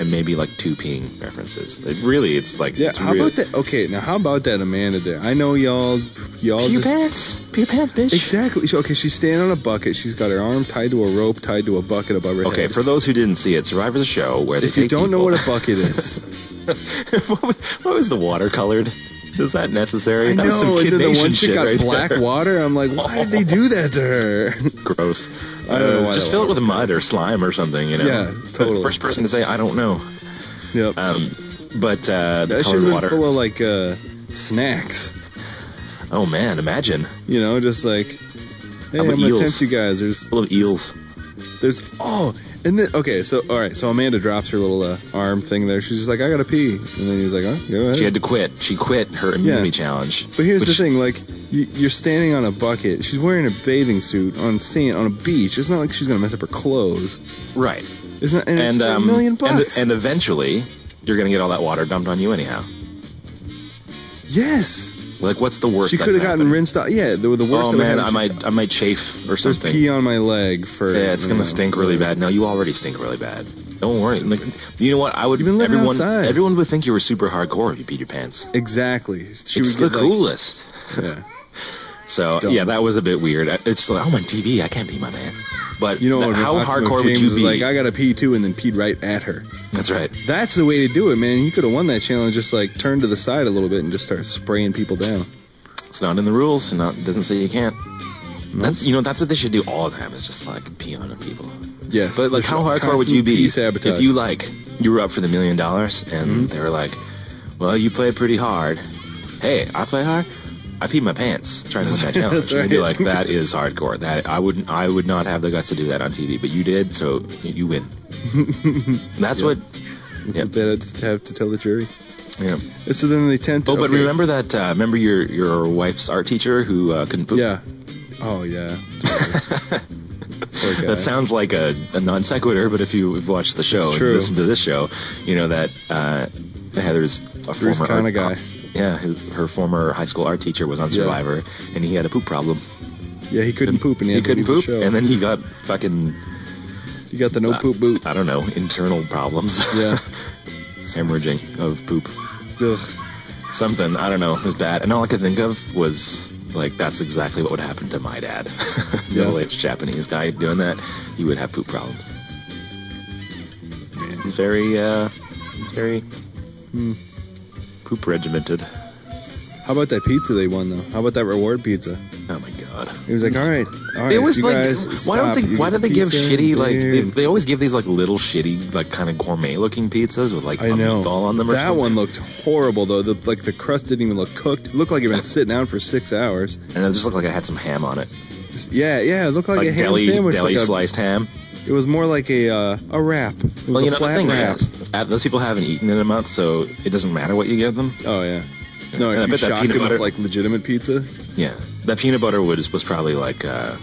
S2: and maybe like two peeing references. It really, it's like
S4: yeah.
S2: It's
S4: how
S2: real-
S4: about that? Okay, now how about that Amanda there? I know y'all, y'all.
S2: Pee
S4: just-
S2: your pants, pee your pants, bitch.
S4: Exactly. So, okay, she's standing on a bucket. She's got her arm tied to a rope, tied to a bucket above her
S2: Okay,
S4: head.
S2: for those who didn't see it, Survivor's a show where they
S4: if you
S2: take
S4: don't know
S2: people-
S4: what a
S2: [laughs]
S4: bucket is,
S2: what, was, what was the water colored? Is that necessary?
S4: I
S2: that
S4: know.
S2: was some
S4: and
S2: Kid
S4: then the
S2: Nation
S4: one chick
S2: shit
S4: got
S2: right
S4: black
S2: there.
S4: water. I'm like, why did they do that to her? [laughs]
S2: Gross.
S4: I don't know
S2: Uh,
S4: why
S2: just
S4: the
S2: fill it
S4: water
S2: with mud or slime or something. You know.
S4: Yeah,
S2: The
S4: totally.
S2: first person to say I don't know,
S4: yep.
S2: but uh, the
S4: that should
S2: colored
S4: have
S2: water.
S4: been full of like uh, snacks.
S2: oh man, imagine
S4: You know, just like, hey, I'm
S2: about
S4: gonna
S2: eels?
S4: tempt you guys. There's
S2: full of eels.
S4: There's oh, and then okay, so all right, so Amanda drops her little uh, arm thing there. She's just like, I gotta pee, and then he's like, oh, go ahead.
S2: She had to quit. She quit her immunity challenge.
S4: But here's
S2: which-
S4: the thing: like, you, you're standing on a bucket. She's wearing a bathing suit on sand on a beach. It's not like she's gonna mess up her clothes.
S2: right?
S4: It's not, and, it's
S2: And
S4: for
S2: um,
S4: a million
S2: and,
S4: bucks.
S2: and eventually, you're gonna get all that water dumped on you anyhow.
S4: yes,
S2: Like, what's the worst?
S4: she
S2: that
S4: could have gotten
S2: happen?
S4: rinsed out. Yeah, the, the worst.
S2: Oh
S4: that would
S2: man,
S4: happen-
S2: I might, I might chafe or
S4: There's
S2: something.
S4: pee on my leg for.
S2: Yeah, it's
S4: you
S2: gonna
S4: know,
S2: stink really bad. No, you already stink really bad. Don't worry. Like, you know what? I would.
S4: You've been living
S2: everyone,
S4: outside.
S2: everyone would think you were super hardcore if you peed your pants.
S4: Exactly. She
S2: it's the
S4: would get, like-
S2: coolest.
S4: yeah.
S2: So
S4: Dumb.
S2: yeah, that was a bit weird. It's like I'm on TV. I can't pee my pants. But
S4: You know
S2: th-
S4: what?
S2: how
S4: Osmo
S2: hardcore would
S4: James
S2: you
S4: was
S2: be?
S4: Like, I gotta pee too, and then peed right at her.
S2: That's right.
S4: That's the way to do it, man. You could have won that challenge. Just like turn to the side a little bit and just start spraying people down.
S2: It's not in the rules. And not doesn't say you can't. That's you know that's what they should do all the time. Is just like pee on other people.
S4: Yes,
S2: But like,
S4: There's
S2: how hardcore would
S4: constant
S2: you be
S4: pee sabotage.
S2: if you like you were up for the million dollars and
S4: Mm-hmm.
S2: they were like, "Well, you played pretty hard. Hey, I play hard. I peed my pants trying to
S4: [laughs]
S2: win that challenge."
S4: That's
S2: You'd be like,
S4: right.
S2: "That is hardcore. That I wouldn't. I would not have the guts to do that on TV, but you did, so
S4: [laughs]
S2: you win." That's what.
S4: It's
S2: yeah.
S4: a bit to have to tell the jury.
S2: You know.
S4: And so then they tend.
S2: Oh,
S4: okay.
S2: but remember that. Uh, remember your your wife's art teacher who uh, couldn't poop.
S4: Yeah. Oh
S2: [laughs]
S4: yeah. Poor guy.
S2: That sounds like a, a non sequitur, but if you've watched the show
S4: It's
S2: and
S4: true.
S2: listened to this show, you know that uh, Heather's a
S4: Bruce
S2: former
S4: kinda
S2: art-
S4: guy.
S2: yeah, his, her former high school art teacher was on
S4: Yeah.
S2: Survivor, and he had a poop problem.
S4: Yeah, he couldn't poop and he,
S2: He
S4: had to
S2: couldn't
S4: leave the
S2: poop,
S4: show.
S2: and then he got fucking
S4: you got the no poop
S2: [laughs]
S4: boot.
S2: I don't know internal problems,
S4: Yeah.
S2: [laughs] hemorrhaging of poop,
S4: Ugh.
S2: something I don't know. It was bad, and all I could think of was like that's exactly what would happen to my dad, [laughs]
S4: Yeah.
S2: middle aged Japanese guy doing that. He would have poop problems. Very, uh, very hmm, poop regimented.
S4: How about that pizza they won though? How about that reward pizza?
S2: Oh my god.
S4: He was like, all right, all right.
S2: it was
S4: you
S2: like,
S4: guys,
S2: why
S4: stop.
S2: don't they?
S4: You
S2: Why
S4: get
S2: do they give
S4: pizza and
S2: shitty like?
S4: beer
S2: They,
S4: and-
S2: they always give these like little shitty like kind of gourmet looking pizzas with like
S4: I
S2: a
S4: know
S2: meatball on them. Or
S4: that
S2: something.
S4: one looked horrible though. The, like the crust didn't even look cooked. It looked like it had been sitting out for six hours.
S2: and it just looked like it had some ham on it,
S4: Just- yeah, yeah, it looked like,
S2: like,
S4: a ham
S2: deli
S4: sandwich.
S2: deli
S4: like a-
S2: sliced ham.
S4: it was more like a uh, a wrap. It was
S2: Well,
S4: a
S2: you know the
S4: flat
S2: thing
S4: wrap.
S2: is, uh, those people haven't eaten in a month, so it doesn't matter what you give them.
S4: Oh yeah. No,
S2: And I
S4: if you
S2: bet that
S4: shocked
S2: peanut
S4: him with
S2: butter-
S4: like legitimate pizza,
S2: Yeah, that peanut butter was was probably like uh,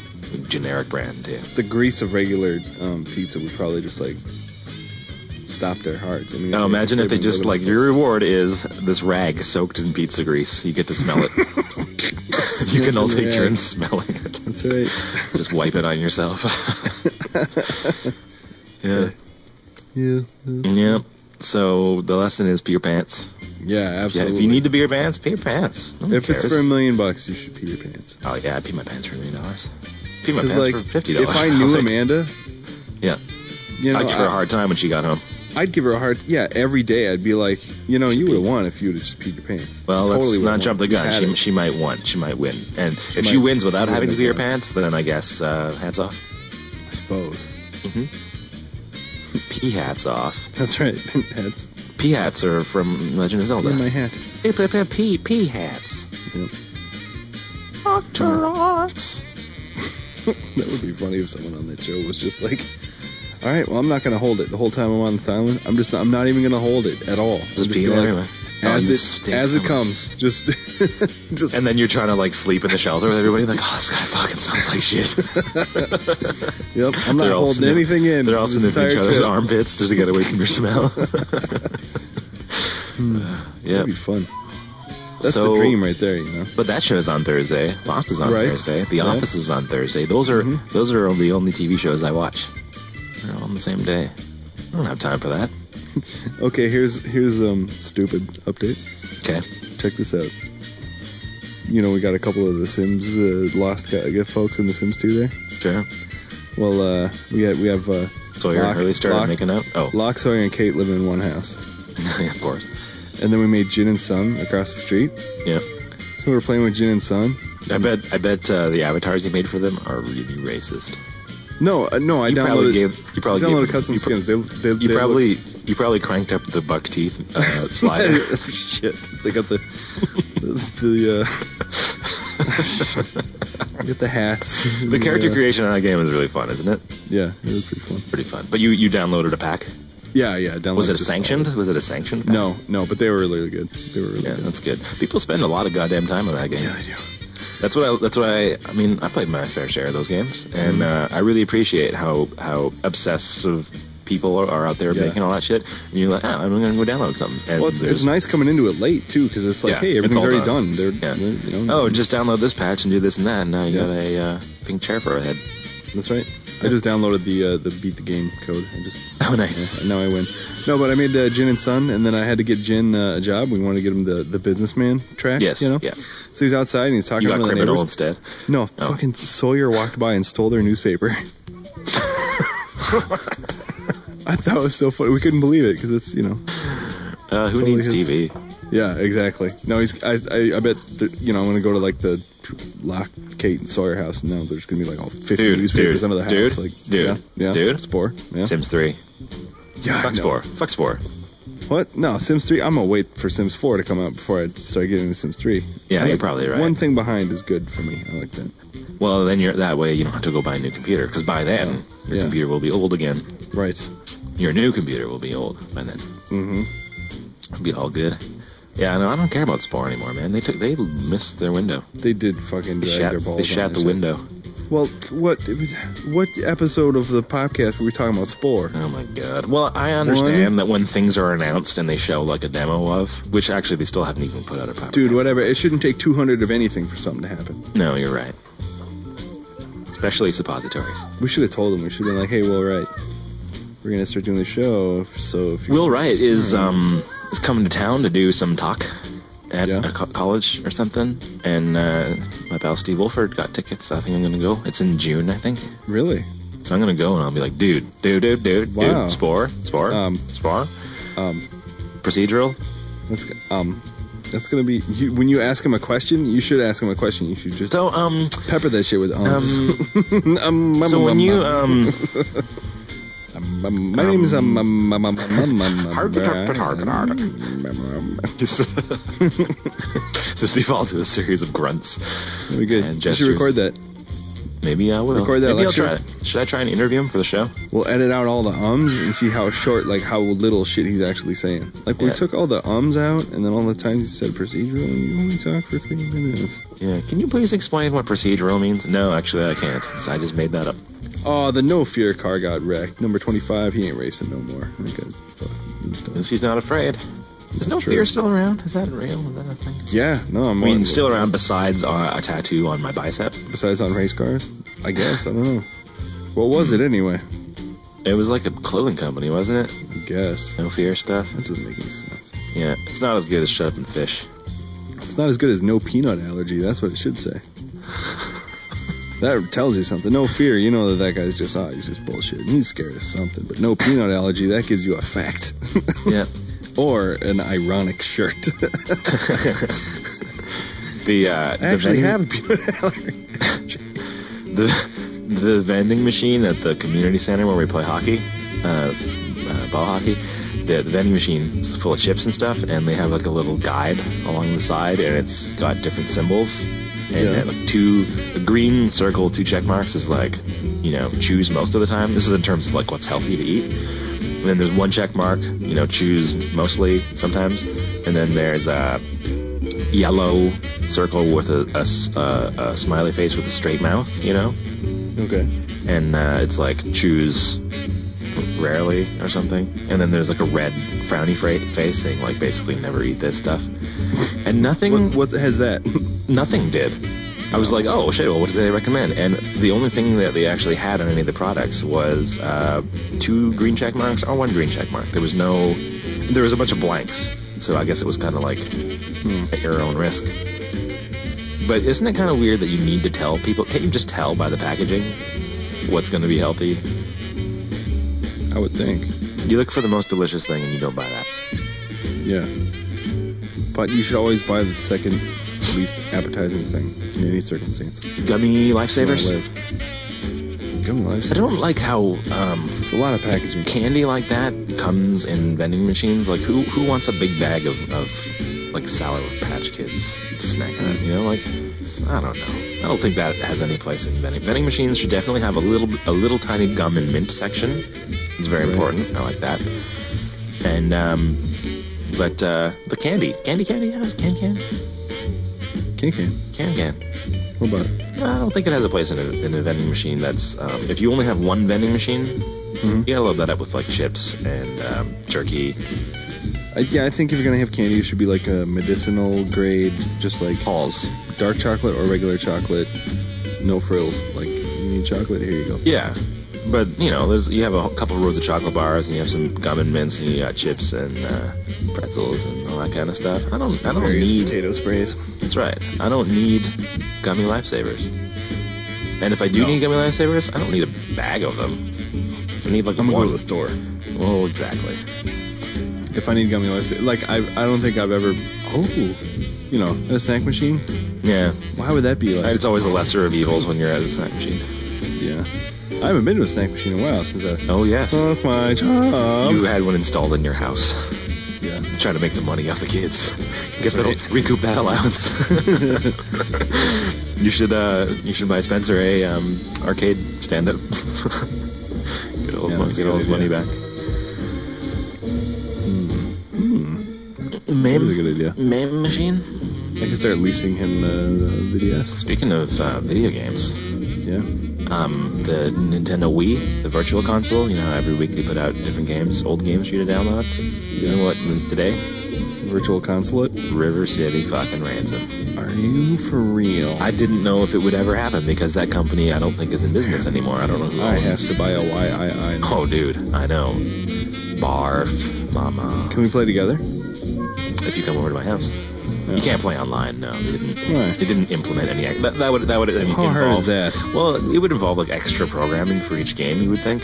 S2: generic brand too.
S4: the grease of regular um, pizza would probably just like stop their hearts. I mean,
S2: Now
S4: it's-
S2: imagine if they
S4: they've been
S2: just like
S4: living
S2: your reward is this rag soaked in pizza grease. You get to
S4: [laughs]
S2: smell it. you can
S4: Sniffing
S2: all take
S4: rag.
S2: turns smelling it.
S4: That's right.
S2: just wipe it on
S4: [laughs]
S2: yourself. yeah.
S4: Yeah.
S2: Yeah. So the lesson is pee your pants.
S4: Yeah,
S2: Yeah.
S4: absolutely.
S2: If you need to pee your pants, pee your pants. No one
S4: if it's
S2: cares.
S4: for a million bucks, you should pee your pants.
S2: oh yeah, I pee my pants for a million dollars. Pee my
S4: Because
S2: pants
S4: like,
S2: for fifty dollars.
S4: if I
S2: [laughs]
S4: knew Amanda,
S2: yeah,
S4: you know,
S2: I'd give her a
S4: I-
S2: hard time when she got home.
S4: I'd give her a hard. Yeah, every day I'd be like, you know, you would have won if you would have just peed your pants.
S2: Well,
S4: Totally
S2: let's
S4: would've
S2: not
S4: won.
S2: jump the
S4: You
S2: gun.
S4: had
S2: She,
S4: it.
S2: she might win. She might win. And if she
S4: might-
S2: wins without
S4: she
S2: having to
S4: wouldn't
S2: pee her
S4: have won.
S2: pants, then I guess uh, hats off.
S4: I [laughs] suppose.
S2: Pee hats off.
S4: That's right. [laughs] That's
S2: Pee hats are from Legend of Zelda.
S4: in my hat.
S2: Pee pee pee pee pee hats.
S4: Yep.
S2: Octorox.
S4: [laughs] That would be funny if someone on that show was just like, "All right, well, I'm not going to hold it the whole time I'm on this island. I'm just, not, I'm not even going to hold it at all. I'm
S2: Just pee
S4: gonna,
S2: everywhere. Oh,
S4: as
S2: you'd
S4: it
S2: stink
S4: as
S2: so
S4: it
S2: much.
S4: comes. Just, [laughs] just
S2: And then you're trying to like sleep in the shelter with everybody. Like, oh, this guy fucking smells
S4: [laughs]
S2: like shit.
S4: yep. I'm not
S2: They're all
S4: holding
S2: sniff-
S4: anything in.
S2: They're all
S4: this
S2: sniffing each
S4: entire
S2: other's
S4: trip.
S2: armpits just to get away from your smell.
S4: [laughs]
S2: [laughs] yeah,
S4: Hmm. That'd be fun. That's
S2: So-
S4: the dream right there, you know.
S2: but that show is on Thursday. Lost is on
S4: Right.
S2: Thursday. The
S4: Yeah. Mm-hmm.
S2: Office is on Thursday. Those are those are the only TV shows I watch. They're all on the same day. I don't have time for that.
S4: Okay, here's here's um stupid update.
S2: Okay.
S4: Check this out. You know, we got a couple of the Sims uh, lost guy, folks in the Sims 2 there.
S2: Sure.
S4: Well, uh, we have we have uh,
S2: Sawyer and
S4: Locke-
S2: Hurley started
S4: Locke-
S2: making out. Oh,
S4: Locke, Sawyer, and Kate live in one house.
S2: [laughs] of course.
S4: And then we made Gin and Sun across the street.
S2: Yeah.
S4: So we were playing with Gin and Sun.
S2: I bet I bet uh, the avatars you made for them are really racist.
S4: No, uh, no, I
S2: You
S4: downloaded.
S2: probably gave you probably
S4: I downloaded
S2: gave,
S4: custom
S2: you, pro-
S4: skins. They, they,
S2: you
S4: they
S2: probably you probably cranked up the buck teeth
S4: [laughs]
S2: uh, slider.
S4: look- shit. They got the the uh, [laughs] get the hats.
S2: the character
S4: uh,
S2: creation on that game is really fun, isn't it?
S4: Yeah, it was pretty fun.
S2: Pretty fun. But you you downloaded a pack.
S4: Yeah, yeah. I Downloaded
S2: Was it a
S4: just-
S2: sanctioned? Was it a sanctioned? Pack?
S4: No, no, but they were really good. They were really
S2: Yeah,
S4: good.
S2: that's good. People spend a lot of goddamn time on that game.
S4: Yeah, they do.
S2: That's what I. That's what I. I mean, I played my fair share of those games, and uh,
S4: Mm-hmm.
S2: I really appreciate how how obsessive people are, are out there
S4: Yeah.
S2: making all that shit. And you're like, oh, I'm gonna go download something. And
S4: Well, it's,
S2: there's-
S4: it's nice coming into it late too, because it's like,
S2: Yeah,
S4: hey,
S2: it's
S4: everything's
S2: all
S4: already
S2: done.
S4: done. They're,
S2: Yeah.
S4: they're- you know,
S2: Oh, just download this patch and do this and that. And now you
S4: Yeah.
S2: got a uh, pink chair for a head. [laughs]
S4: that's right. I just downloaded the uh, the beat the game code. I just
S2: Oh, nice.
S4: Yeah, now I win. No, but I made uh, Jin and Son, and then I had to get Jin uh, a job. We wanted to get him the, the businessman track.
S2: Yes,
S4: you know.
S2: yeah.
S4: So he's outside and he's talking
S2: You got
S4: to the
S2: criminal
S4: neighbors.
S2: instead.
S4: No,
S2: Oh.
S4: fucking Sawyer walked by and stole their
S2: [laughs]
S4: newspaper. I thought it was so funny. We couldn't believe it because it's you know.
S2: Uh, who
S4: Totally
S2: needs
S4: his-
S2: TV?
S4: Yeah, exactly. No, he's. I. I, I bet. that, You know, I'm gonna go to like the Lock, Kate, and Sawyer house, and now there's gonna be like all 50
S2: Dude,
S4: newspapers
S2: dude,
S4: under the house.
S2: dude,
S4: like,
S2: dude,
S4: yeah, yeah,
S2: dude.
S4: Spore. Yeah.
S2: Sims Three.
S4: yeah, I
S2: Fuck
S4: know.
S2: Spore. Fuck Spore.
S4: What? No, Sims 3. I'm gonna wait for Sims 4 to come out before I start getting into Sims 3.
S2: Yeah,
S4: I
S2: you're
S4: like-
S2: probably right.
S4: One thing behind is good for me. I like that.
S2: Well, then you're that way. You don't have to go buy a new computer because by then your
S4: Yeah.
S2: computer will be old again.
S4: Right.
S2: Your new computer will be old by then. Mm-hmm. It'll be all good. Yeah, no, I don't care about Spore anymore, man. They took they missed their window.
S4: They did fucking
S2: They
S4: drag
S2: shat,
S4: their balls.
S2: they
S4: on
S2: shat
S4: that
S2: the
S4: shit.
S2: window.
S4: Well, what what episode of the podcast were we talking about Spore?
S2: Oh my god. Well, I understand that when things are announced and they show like a demo of, which actually they still haven't even put out a proper.
S4: Dude, whatever. It shouldn't take 200 of anything for something to happen.
S2: No, you're right. Especially suppositories.
S4: We should have told them. We should have been like, hey, Will Wright, we're going to start doing the show. So if you
S2: Will Wright is
S4: Hmm.
S2: um is coming to town to do some talk at
S4: Yeah.
S2: a co- college or something, and uh, my pal Steve Wolford got tickets. I think I'm gonna go. It's in June, I think.
S4: Really?
S2: So I'm gonna go and I'll be like, dude, dude, dude, dude,
S4: Wow.
S2: dude, spore, spore,
S4: Um,
S2: spore, um, procedural.
S4: That's, um, that's going to be. You, when you ask him a question, you should ask him a question. You should just
S2: So um
S4: pepper that shit with ums.
S2: um
S4: [laughs] Um, um,
S2: so
S4: um,
S2: when you
S4: um, [laughs]
S2: um.
S4: um, um, my name is. Um, um, um, um, um, um, um,
S2: Hard, but hard, but hard, but hard.
S4: um, um, um.
S2: [laughs] just default to a series of grunts.
S4: That'd be good.
S2: And
S4: You should
S2: gestures.
S4: record that.
S2: Maybe I will.
S4: Record that
S2: Maybe I'll try.
S4: lecture.
S2: it. Should I try and interview him for the show?
S4: We'll edit out all the ums and see how short, like how little shit he's actually saying. Like we
S2: Yeah.
S4: took all the ums out, and then all the times he said procedural, and you only talked for three minutes.
S2: Yeah. Can you please explain what procedural means? No, actually, I can't. So I just made that up.
S4: Oh, the no fear car got wrecked. Number twenty-five, he ain't racing no more. That guy's fucking he's done.
S2: Since he's not afraid. Is
S4: That's
S2: no
S4: true.
S2: fear still around? Is that real? Is that a thing?
S4: Yeah, no, I'm
S2: I mean,
S4: on-
S2: still around besides uh, a tattoo on my bicep.
S4: Besides on race cars, I guess I don't know. What was it anyway?
S2: It was like a clothing company, wasn't it?
S4: I guess
S2: No fear stuff.
S4: that doesn't make any sense.
S2: Yeah, it's not as good as shut up and fish.
S4: It's not as good as no peanut allergy. That's what it should say. That tells you something. No fear. You know that that guy's just ah, he's just bullshit. He's scared of something. But no peanut allergy. That gives you a fact [laughs]
S2: Yeah.
S4: or an ironic shirt.
S2: [laughs]
S4: [laughs]
S2: The uh,
S4: I
S2: the
S4: actually
S2: vending-
S4: have a peanut allergy.
S2: the [laughs] the vending machine at the community center where we play hockey, uh, uh, ball hockey. The, the vending machine is full of chips and stuff, and they have like a little guide along the side, and it's got different symbols. And
S4: Yeah.
S2: uh, like two, a green circle, two check marks is like, you know, choose most of the time. This is in terms of like what's healthy to eat. And then there's one check mark, you know, choose mostly sometimes. And then there's uh, a yellow circle with a, a s- uh, a smiley face with a straight mouth, you know?
S4: [laughs] Okay.
S2: and uh, it's like choose rarely or something. And then there's like a red frowny fra- face saying like basically never eat this stuff. And nothing,
S4: What, what has that? [laughs]
S2: nothing did. I was like, oh shit, well what do they recommend? And the only thing that they actually had on any of the products was uh, two green check marks or one green check mark. There was no, there was a bunch of blanks. So I guess it was kind of like hmm, at your own risk. But isn't it kind of weird that you need to tell people? Can't you just tell by the packaging what's going to be healthy?
S4: I would think.
S2: You look for the most delicious thing and you don't buy that.
S4: Yeah. But you should always buy the second least appetizing thing in any circumstance.
S2: Gummy lifesavers.
S4: Live. Gummy lives.
S2: I don't like how um,
S4: It's a lot of packaging.
S2: candy like that comes in vending machines. Like, who who wants a big bag of, of like Sour Patch Kids to snack on? You know, like I don't know. I don't think that has any place in vending. Vending machines should definitely have a little a little tiny gum and mint section. It's very important. I like that. And um, but uh, the candy, candy, candy, yeah, can can
S4: Can can.
S2: can can.
S4: What about it?
S2: I don't think it has a place in a, in a vending machine. That's um, if you only have one vending machine, you gotta load that up with like chips and um, jerky,
S4: I, yeah, I think if you're gonna have candy, it should be like a medicinal grade, just like
S2: halls.
S4: dark chocolate or regular chocolate, no frills. Like you need chocolate, here you go.
S2: Yeah, but you know, there's you have a couple rows of chocolate bars, and you have some gum and mints, and you got chips and uh, pretzels and all that kind of stuff. I don't, I don't
S4: Various
S2: need.
S4: potato sprays.
S2: That's right. I don't need gummy lifesavers. And if I do
S4: No.
S2: need gummy lifesavers, I don't need a bag of them. I need like
S4: I'm gonna
S2: one.
S4: go to the store
S2: Oh, exactly.
S4: if I need gummy lives. Like I, I don't think I've ever. Oh, you know, at a snack machine.
S2: Yeah,
S4: Why would that be like?
S2: it's always the lesser of evils when you're at a snack machine.
S4: Yeah. I haven't been to a snack machine in a while since I
S2: Oh yes.
S4: lost my job.
S2: You had one installed in your house.
S4: yeah.
S2: Trying to make some money off the kids. Get that, recoup that allowance. [laughs] you should uh, you should buy Spencer a um, arcade stand up. [laughs] get all his,
S4: Yeah,
S2: mon-
S4: that's a
S2: get all his
S4: good
S2: money
S4: idea.
S2: back.
S4: That is a good idea.
S2: Hmm. Meme machine?
S4: I can start leasing him uh, the, the DS.
S2: Speaking of uh, video games,
S4: Yeah.
S2: um, the Nintendo Wii, the virtual console, you know, how every week they put out different games, old games for you to download. You know what was today?
S4: Virtual consulate.
S2: River City fucking Ransom.
S4: Are you for real?
S2: I didn't know if it would ever happen because that company I don't think is in business anymore. I don't know who
S4: Oh, I
S2: owns-
S4: have to buy a YII.
S2: Oh, dude, I know. Barf, mama.
S4: Can we play together?
S2: If you come over to my house, you can't play online. No, they didn't.
S4: Why?
S2: They didn't implement any. That, that would that would How
S4: hard
S2: involve,
S4: is that?
S2: Well, it would involve like extra programming for each game. You would think.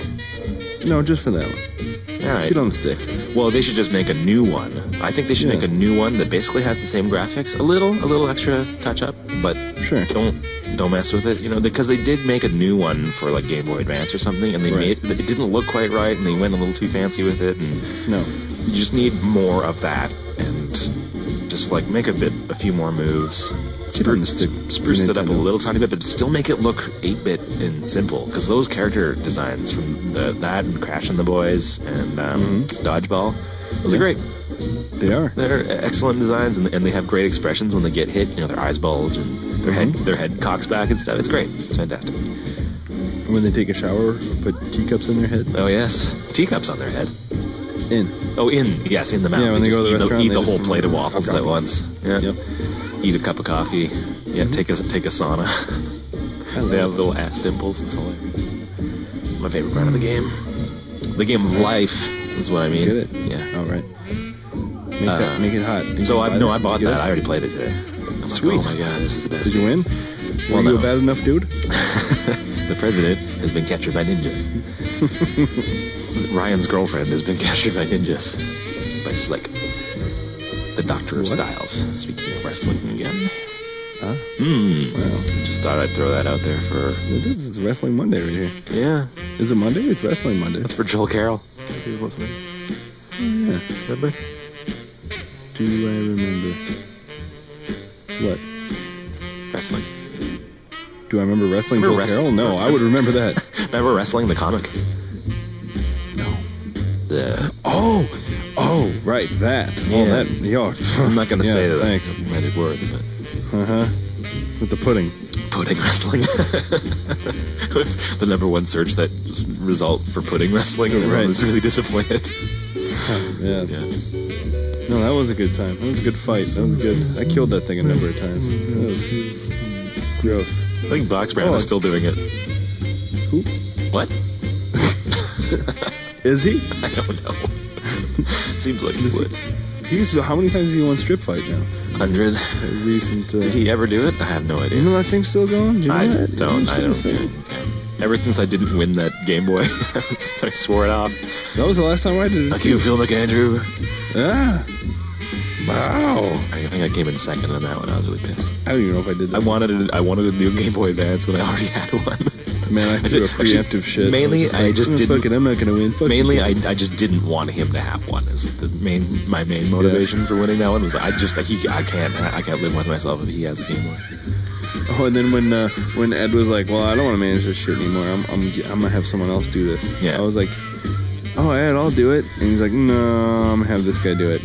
S4: No, just for that one.
S2: All right.
S4: Get on the stick.
S2: Well, they should just make a new one. I think they should
S4: Yeah.
S2: make a new one that basically has the same graphics, a little, a little extra touch up, but
S4: Sure.
S2: don't don't mess with it. You know, because they did make a new one for like Game Boy Advance or something, and they
S4: Right.
S2: made it didn't look quite right, and they went a little too fancy with it, and
S4: No.
S2: you just need more of that, and just like make a bit, a few more moves.
S4: Get on the stick.
S2: Spruced it up a
S4: Nintendo.
S2: little tiny bit, but still make it look 8 bit and simple. Because those character designs from the, that and Crash and the Boys and um,
S4: Mm-hmm.
S2: Dodgeball, those are great.
S4: They are.
S2: They're e, excellent designs, and, and they have great expressions when they get hit. You know, their eyes bulge and their
S4: Mm-hmm.
S2: head their head cocks back and stuff. It's great. It's fantastic.
S4: When they take a shower, put teacups in their head.
S2: Oh yes, teacups on their head.
S4: In.
S2: Oh, in yes, in the mouth.
S4: Yeah, when they
S2: just
S4: go to the
S2: eat
S4: restaurant,
S2: eat
S4: they
S2: the whole
S4: just-
S2: plate of waffles at once. Yeah.
S4: Yep.
S2: Eat a cup of coffee. Yeah,
S4: Mm-hmm.
S2: take a take a sauna. [laughs]
S4: I
S2: they have
S4: love
S2: little ass dimples. It's hilarious. It's my favorite part of the game. The game of life is what I mean.
S4: it. Get it?
S2: Yeah.
S4: All right. Make, that, make it hot. Did
S2: So
S4: you
S2: I
S4: buy
S2: no, I bought
S4: Did you
S2: that.
S4: get
S2: I
S4: it?
S2: already played it today. I'm like,
S4: Sweet.
S2: oh my god, this is the best.
S4: Did you win?
S2: Well,
S4: Were you
S2: no.
S4: a bad enough dude?
S2: The president has been captured by
S4: [laughs]
S2: ninjas. Ryan's girlfriend has been captured by ninjas. By Slick. The Doctor of
S4: What?
S2: Styles. Speaking of wrestling again. Hmm.
S4: Wow.
S2: Just thought I'd throw that out there for.
S4: This is Wrestling Monday right here.
S2: Yeah.
S4: Is it Monday? It's Wrestling Monday.
S2: That's for Joel Carroll. He's listening.
S4: Yeah.
S2: Remember?
S4: Do I remember? What?
S2: Wrestling.
S4: Do I remember wrestling Bill
S2: Remember wrestling?
S4: Carroll? No, I would remember that.
S2: Remember wrestling, the comic?
S4: no.
S2: The.
S4: Oh, oh, right, that.
S2: Yeah.
S4: Oh, that. Yo,
S2: I'm not going to
S4: yeah,
S2: say that.
S4: Thanks.
S2: Magic word, but.
S4: [laughs] With the pudding.
S2: Pudding wrestling. [laughs] It was the number one search that result for pudding wrestling. Everyone
S4: Right.
S2: was really disappointed.
S4: Yeah.
S2: Yeah.
S4: No, that was a good time. That was a good fight. That was good. I killed that thing a number of times. That was gross.
S2: I think Box Brown
S4: Oh,
S2: is
S4: I-
S2: still doing it.
S4: Who
S2: What?
S4: is he?
S2: I don't know. Seems like he
S4: Does
S2: would.
S4: he? He used to, how many times have you won strip fight now?
S2: Hundred.
S4: A recent. Uh,
S2: Did he ever do it? I have no
S4: you
S2: idea.
S4: know that thing's still going? Do you know
S2: I
S4: that?
S2: don't.
S4: It's still
S2: I
S4: a [laughs]
S2: don't.
S4: thing.
S2: yeah. Ever since I didn't win that Game Boy, [laughs] I swore it off.
S4: That was the last time I did it.
S2: Like you, Phil McAndrew.
S4: Ah, Wow.
S2: I think I came in second on that one. I was really pissed.
S4: I don't even know if I did
S2: I
S4: that.
S2: wanted a, I wanted a new Game Boy Advance when I already [laughs] had one.
S4: Man, I threw a
S2: actually-
S4: preemptive shit.
S2: mainly,
S4: was like,
S2: I just
S4: "Mm,
S2: didn't-
S4: Fuck it, I'm not gonna win. Fuck
S2: mainly,
S4: you
S2: I,
S4: guys."
S2: I just didn't want him to have one. Is the main my main motivation for winning that one was I just he I can't I can't live with myself if he has a Game Boy.
S4: Oh, [laughs] and then when uh, when Ed was like, "Well, I don't want to manage this shit anymore. I'm, I'm I'm gonna have someone else do this."
S2: Yeah.
S4: I was like, "Oh, Ed, I'll do it." And he's like, "No, I'm gonna have this guy do it."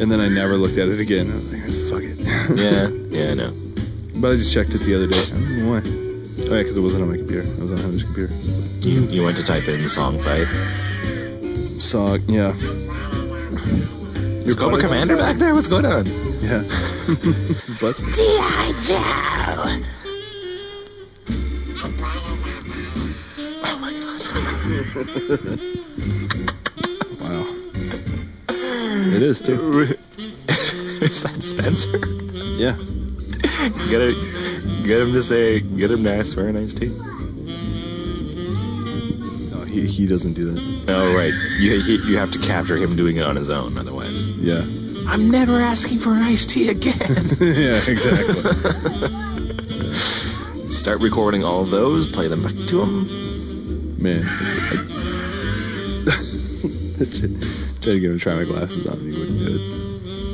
S4: And then I never looked at it again. I was like, "Fuck it." [laughs]
S2: Yeah, yeah, I know.
S4: but I just checked it the other day. I don't know why. Oh yeah, because it wasn't on my computer. I was on Heather's computer.
S2: You, you went to type in song fight.
S4: Sock. Yeah.
S2: Is Cobra Commander back there? What's going on?
S4: Yeah. [laughs] His butt's
S1: G.I. Joe!
S4: Wow. It is too.
S2: [laughs] Is that Spencer?
S4: Yeah.
S2: Get it. Get him to say. Get him to ask for a nice tea.
S4: No, Oh, he, he doesn't do that.
S2: Oh right. You he, you have to capture him doing it on his own, otherwise.
S4: Yeah. [laughs]
S2: I'm never asking for an iced tea again.
S4: yeah, exactly.
S2: [laughs] Start recording all those. Play them back to him.
S4: Man. [laughs] I- Tried to get him to try my glasses on and he wouldn't do it.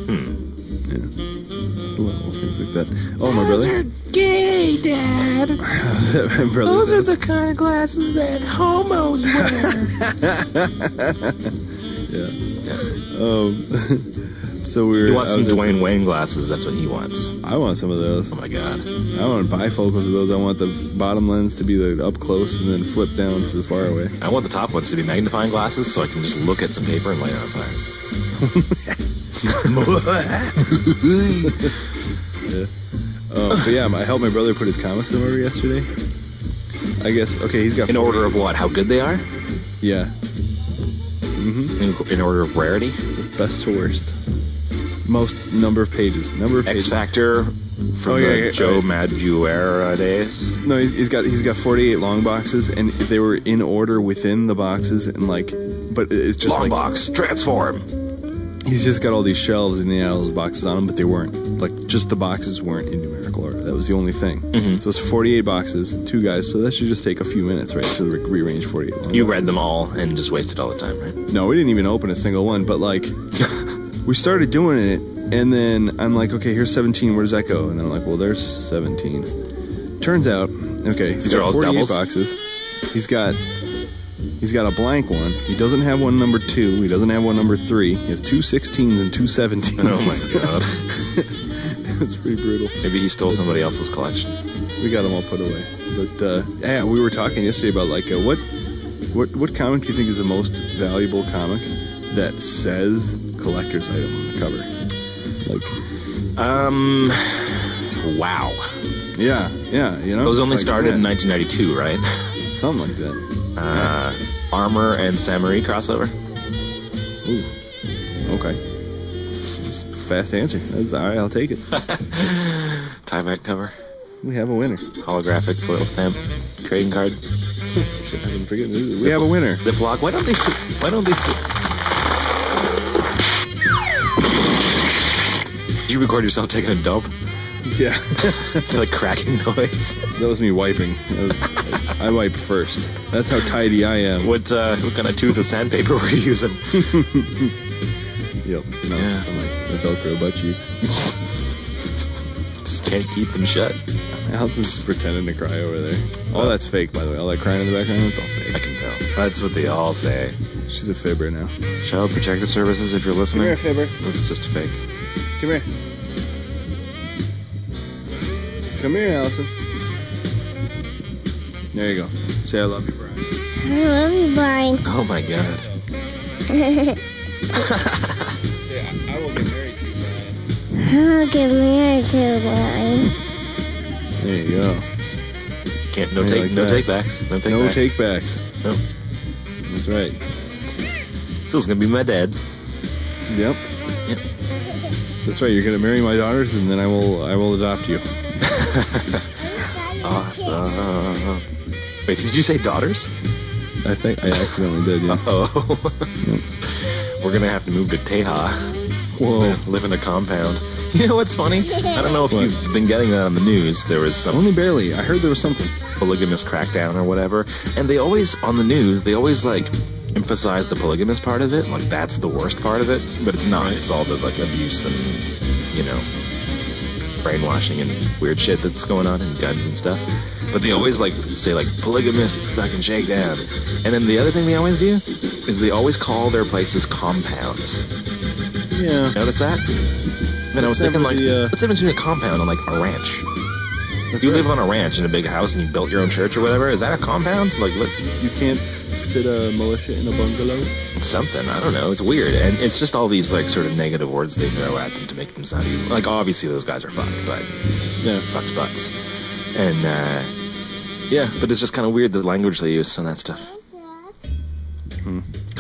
S4: Hmm. Yeah. There's A lot of little things like that. Oh, my
S5: Those
S4: brother.
S5: are gay, Dad.
S4: [laughs] my brother
S5: Those are
S4: says,
S5: the kind of glasses that homos wear.
S4: So we were.
S2: He wants
S4: I
S2: some
S4: was at-
S2: Dwayne Wayne glasses. That's what he wants.
S4: I want some of those.
S2: Oh my god.
S4: I want bifocals of those. I want the bottom lens to be the up close and then flip down for the far
S2: [laughs]
S4: away.
S2: I want the top ones to be magnifying glasses, so I can just look at some paper and light it on fire.
S4: [laughs] Oh, but yeah, I helped my brother put his comics in order yesterday. I guess okay, he's got
S2: In order of what? How good they are?
S4: Yeah,
S2: In, in order of rarity?
S4: best to worst, most number of pages, number of
S2: X
S4: pages.
S2: Factor from
S4: Oh, yeah,
S2: the
S4: yeah,
S2: Joe
S4: right.
S2: Madureira days.
S4: No, he's, he's got he's got forty eight long boxes, and they were in order within the boxes, and like, but it's just
S2: Long
S4: like,
S2: box, transform.
S4: He's just got all these shelves and the those boxes on them, but they weren't like just the boxes weren't in numerical order. That was the only thing.
S2: Mm-hmm.
S4: So it's forty eight boxes, two guys. So that should just take a few minutes, right, to re- rearrange forty eight.
S2: You read them all and just wasted all the time, right?
S4: No, we didn't even open a single one, but like [laughs] we started doing it and then I'm like, okay, here's 17, where does that go? And then I'm like, well, there's 17. Turns out, okay, he's
S2: These are
S4: got
S2: all
S4: 48
S2: doubles?
S4: boxes. He's got he's got a blank one. He doesn't have one number 2, he doesn't have one number 3. He has two 16s and two 17s.
S2: [laughs]
S4: [laughs]
S2: Oh [laughs] my god.
S4: it's pretty brutal.
S2: Maybe he stole somebody else's collection.
S4: We got them all put away. But uh, yeah, we were talking yesterday about like uh, what what what comic do you think is the most valuable comic that says collector's item on the cover? Like
S2: Um, wow.
S4: yeah, yeah, you know.
S2: Those only
S4: It's like,
S2: started in
S4: man,
S2: 1992, right? [laughs]
S4: something like that.
S2: Uh, Armor and Samurai crossover.
S4: Ooh. Okay. That's a Fast answer. That's all right. I'll
S2: [laughs]
S4: take it.
S2: Tieback cover.
S4: We have a winner.
S2: Holographic foil stamp. Trading card.
S4: Shit, I've been forgetting. We have a winner.
S2: Ziploc. Why don't they? se- Why don't they? se- Did you record yourself taking a dump? [laughs]
S4: Yeah,
S2: like cracking noise.
S4: that was me wiping. That was, I wipe first. That's how tidy I am.
S2: What uh, what kind of tooth of sandpaper [laughs] were you using?
S4: Yep. No,
S2: Yeah.
S4: it's on my, my Velcro butt cheeks.
S2: Just can't keep them shut.
S4: Allison's just pretending to cry over there. All that's fake, by the way. All that crying in the background, it's all
S2: I
S4: fake.
S2: can tell. That's what they all say.
S4: She's a fibber now.
S2: Child Protective Services, if you're listening,
S4: fibber.
S2: that's just fake.
S4: Come here. Come here, Allison. There you go. Say I love you, Brian.
S1: I love you, Brian.
S2: Oh my god.
S1: I'll get married to Brian.
S4: There you go.
S2: Can't no
S4: Yeah,
S2: take
S4: like
S2: no
S4: that.
S2: take backs. No take
S4: no
S2: backs.
S4: take backs.
S2: No.
S4: That's right.
S2: Phil's gonna be my dad.
S4: Yep.
S2: Yep.
S4: That's right. You're gonna marry my daughters, and then I will. I will adopt you.
S2: Awesome. Wait, did you say daughters?
S4: I
S2: [laughs]
S4: think I accidentally did. Yeah.
S2: Oh. We're gonna have to move to Teja.
S4: Whoa.
S2: live in a compound. [laughs] You know what's funny? I don't know if you've been getting that on the news. There was some
S4: Only barely. I heard there was something.
S2: polygamous crackdown or whatever, and they always on the news they always like emphasize the polygamous part of it, like that's the worst part of it, but it's not. It's all the like abuse and you know brainwashing and weird shit that's going on and guns and stuff. But they always like say like polygamous fucking shakedown, and then the other thing they always do is they always call their places compounds.
S4: Yeah.
S2: Notice that? And I was
S4: What's
S2: thinking,
S4: that
S2: like,
S4: with the, uh,
S2: what's the difference between a compound and, like, a ranch? If
S4: That's
S2: you
S4: right.
S2: live on a ranch in a big house and you built your own church or whatever, is that a compound? Like, what?
S4: You can't f- fit a militia in a bungalow.
S2: It's something. I don't know. It's weird. And it's just all these, like, sort of negative words they throw at them to make them sound evil. Like, obviously, those guys are fucked, but
S4: Yeah.
S2: fucked butts. And, uh, yeah, but it's just kind of weird the language they use on that stuff.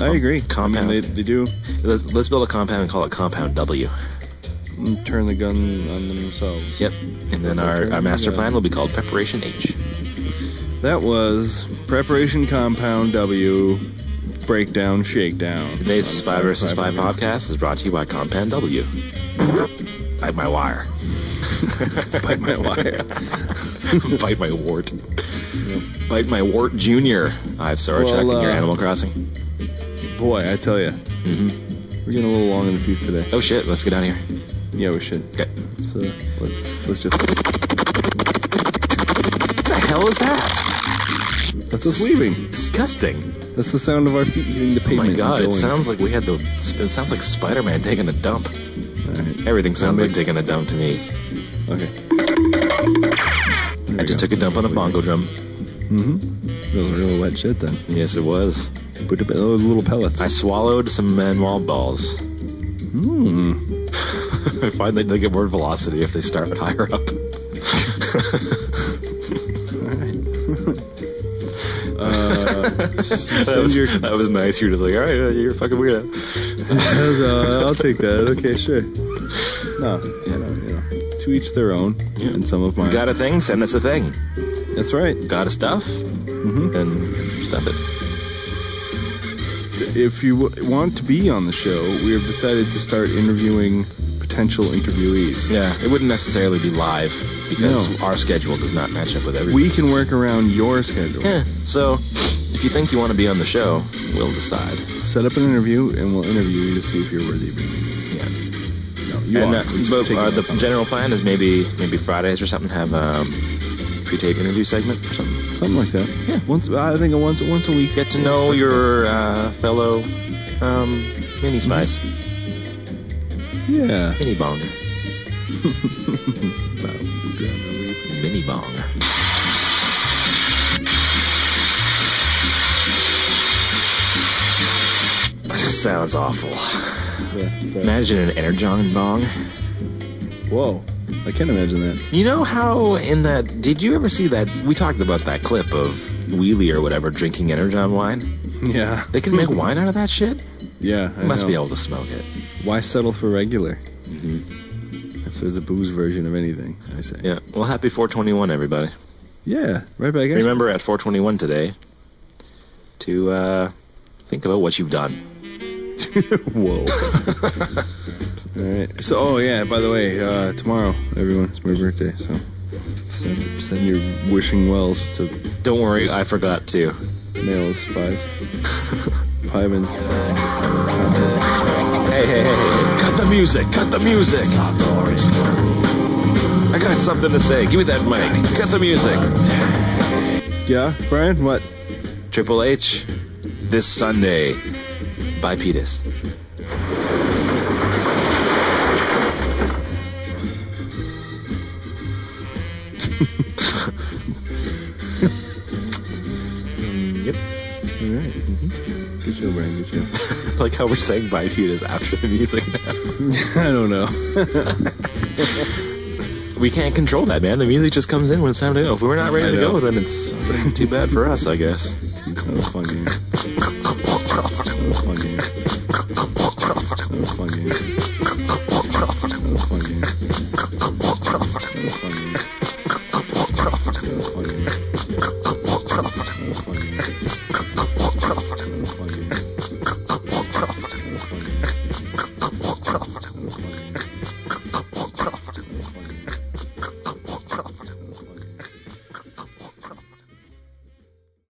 S4: I agree. I mean,
S2: compound.
S4: they, they do
S2: Let's, let's build a compound and call it Compound W.
S4: mm, turn the gun on themselves.
S2: Yep. And then our, our master plan will be called Preparation H.
S4: That was Preparation Compound W Breakdown Shakedown. [laughs]
S2: Today's
S4: On
S2: Spy vs. Spy
S4: Five Five.
S2: podcast is brought to you by Compound W. Bite my wire.
S4: Bite my wire.
S2: [laughs] Bite my wart. Bite my wart junior. I've Sarah
S4: Well,
S2: checking your
S4: uh,
S2: Animal Crossing.
S4: Boy, I tell you, we're getting a little long in the tooth today.
S2: Oh shit, let's get out of here.
S4: Yeah, we should.
S2: Okay.
S4: Let's, uh, let's let's just
S2: What the hell is that?
S4: that's us leaving.
S2: Disgusting.
S4: That's the sound of our feet hitting the
S2: Oh
S4: pavement.
S2: my
S4: and
S2: god, it
S4: going.
S2: sounds like we had the it sounds like Spider-Man taking a dump.
S4: Alright.
S2: Everything sounds
S4: Well,
S2: like
S4: maybe-
S2: taking a dump to me.
S4: Okay,
S2: I just
S4: go.
S2: took a dump on a
S4: That's
S2: bongo drum.
S4: that was a real wet shit then.
S2: Yes, it was.
S4: Put a bit- those little pellets. [laughs]
S2: I swallowed some manual balls. Hmm.
S4: Hmm.
S2: [laughs] I find that they get more velocity if they start higher up. that,
S4: Send
S2: was,
S4: your-
S2: that was nice. You're just like, all right, uh, you're a fucking weirdo.
S4: That was, uh, I'll take that. Okay, sure. No, you know, you know, to each their own. And some of mine.
S2: Got a thing? Send us a thing.
S4: That's right.
S2: Got a stuff? Mm-hmm. And stuff it.
S4: If you w- want to be on the show, we have decided to start interviewing potential interviewees.
S2: Yeah, it wouldn't necessarily be live because
S4: No.
S2: our schedule does not match up with
S4: We
S2: everybody's.
S4: can work around your schedule.
S2: Yeah. So, if you think you want to be on the show, we'll decide.
S4: Set up an interview, and we'll interview you to see if you're worthy. of being-
S2: Yeah.
S4: No, you
S2: and
S4: are.
S2: uh,
S4: It's
S2: but
S4: taken
S2: uh,
S4: up
S2: the
S4: on it.
S2: general plan is maybe maybe Fridays or something have um, pre-tape interview segment or something.
S4: something like that. Yeah. Once I think once once a week.
S2: Get to know your uh, fellow um, mini spies,
S4: Yeah.
S2: mini bong, [laughs] mini bong. That sounds awful.
S4: Yeah, so-
S2: Imagine an energon bong.
S4: Whoa. I can't imagine that.
S2: You know how in that? Did you ever see that? We talked about that clip of Wheelie or whatever drinking energon wine.
S4: Yeah.
S2: They can
S4: [laughs]
S2: make wine out of that shit.
S4: Yeah. I
S2: Must
S4: know.
S2: be able to smoke it.
S4: Why settle for regular? If there's a booze version of anything, I say.
S2: Yeah. Well, happy 421, everybody.
S4: Yeah, right back at you.
S2: Remember at 421 today to uh, think about what you've done.
S4: Whoa. [laughs] All right. So, oh yeah. By the way, uh, tomorrow, everyone, it's my birthday. So, send, send your wishing wells to
S2: Don't worry, I forgot to.
S4: male [laughs] spies, pieman's.
S2: Hey, hey, hey, hey, hey. Cut the music. Cut the music.
S3: Soft orange
S2: I got something to say. Give me that mic. Cut the music.
S4: Yeah, Brian. What?
S2: Triple H, this Sunday. Bye, Petus. yep.
S4: All right. Mm-hmm. Good show, Brian. Good show. [laughs]
S2: [laughs] like how we're saying bye Petus after the music now.
S4: I don't know.
S2: We can't control that, man. The music just comes in when it's time to go. If we're not ready
S4: I
S2: to
S4: know.
S2: go, then it's too bad for us, I guess.
S4: That was a fun game. That was a fun game. That was a fun game. That was a fun game. That was a fun game. That was a fun game. That was a fun game. That was a fun game. That was a fun game.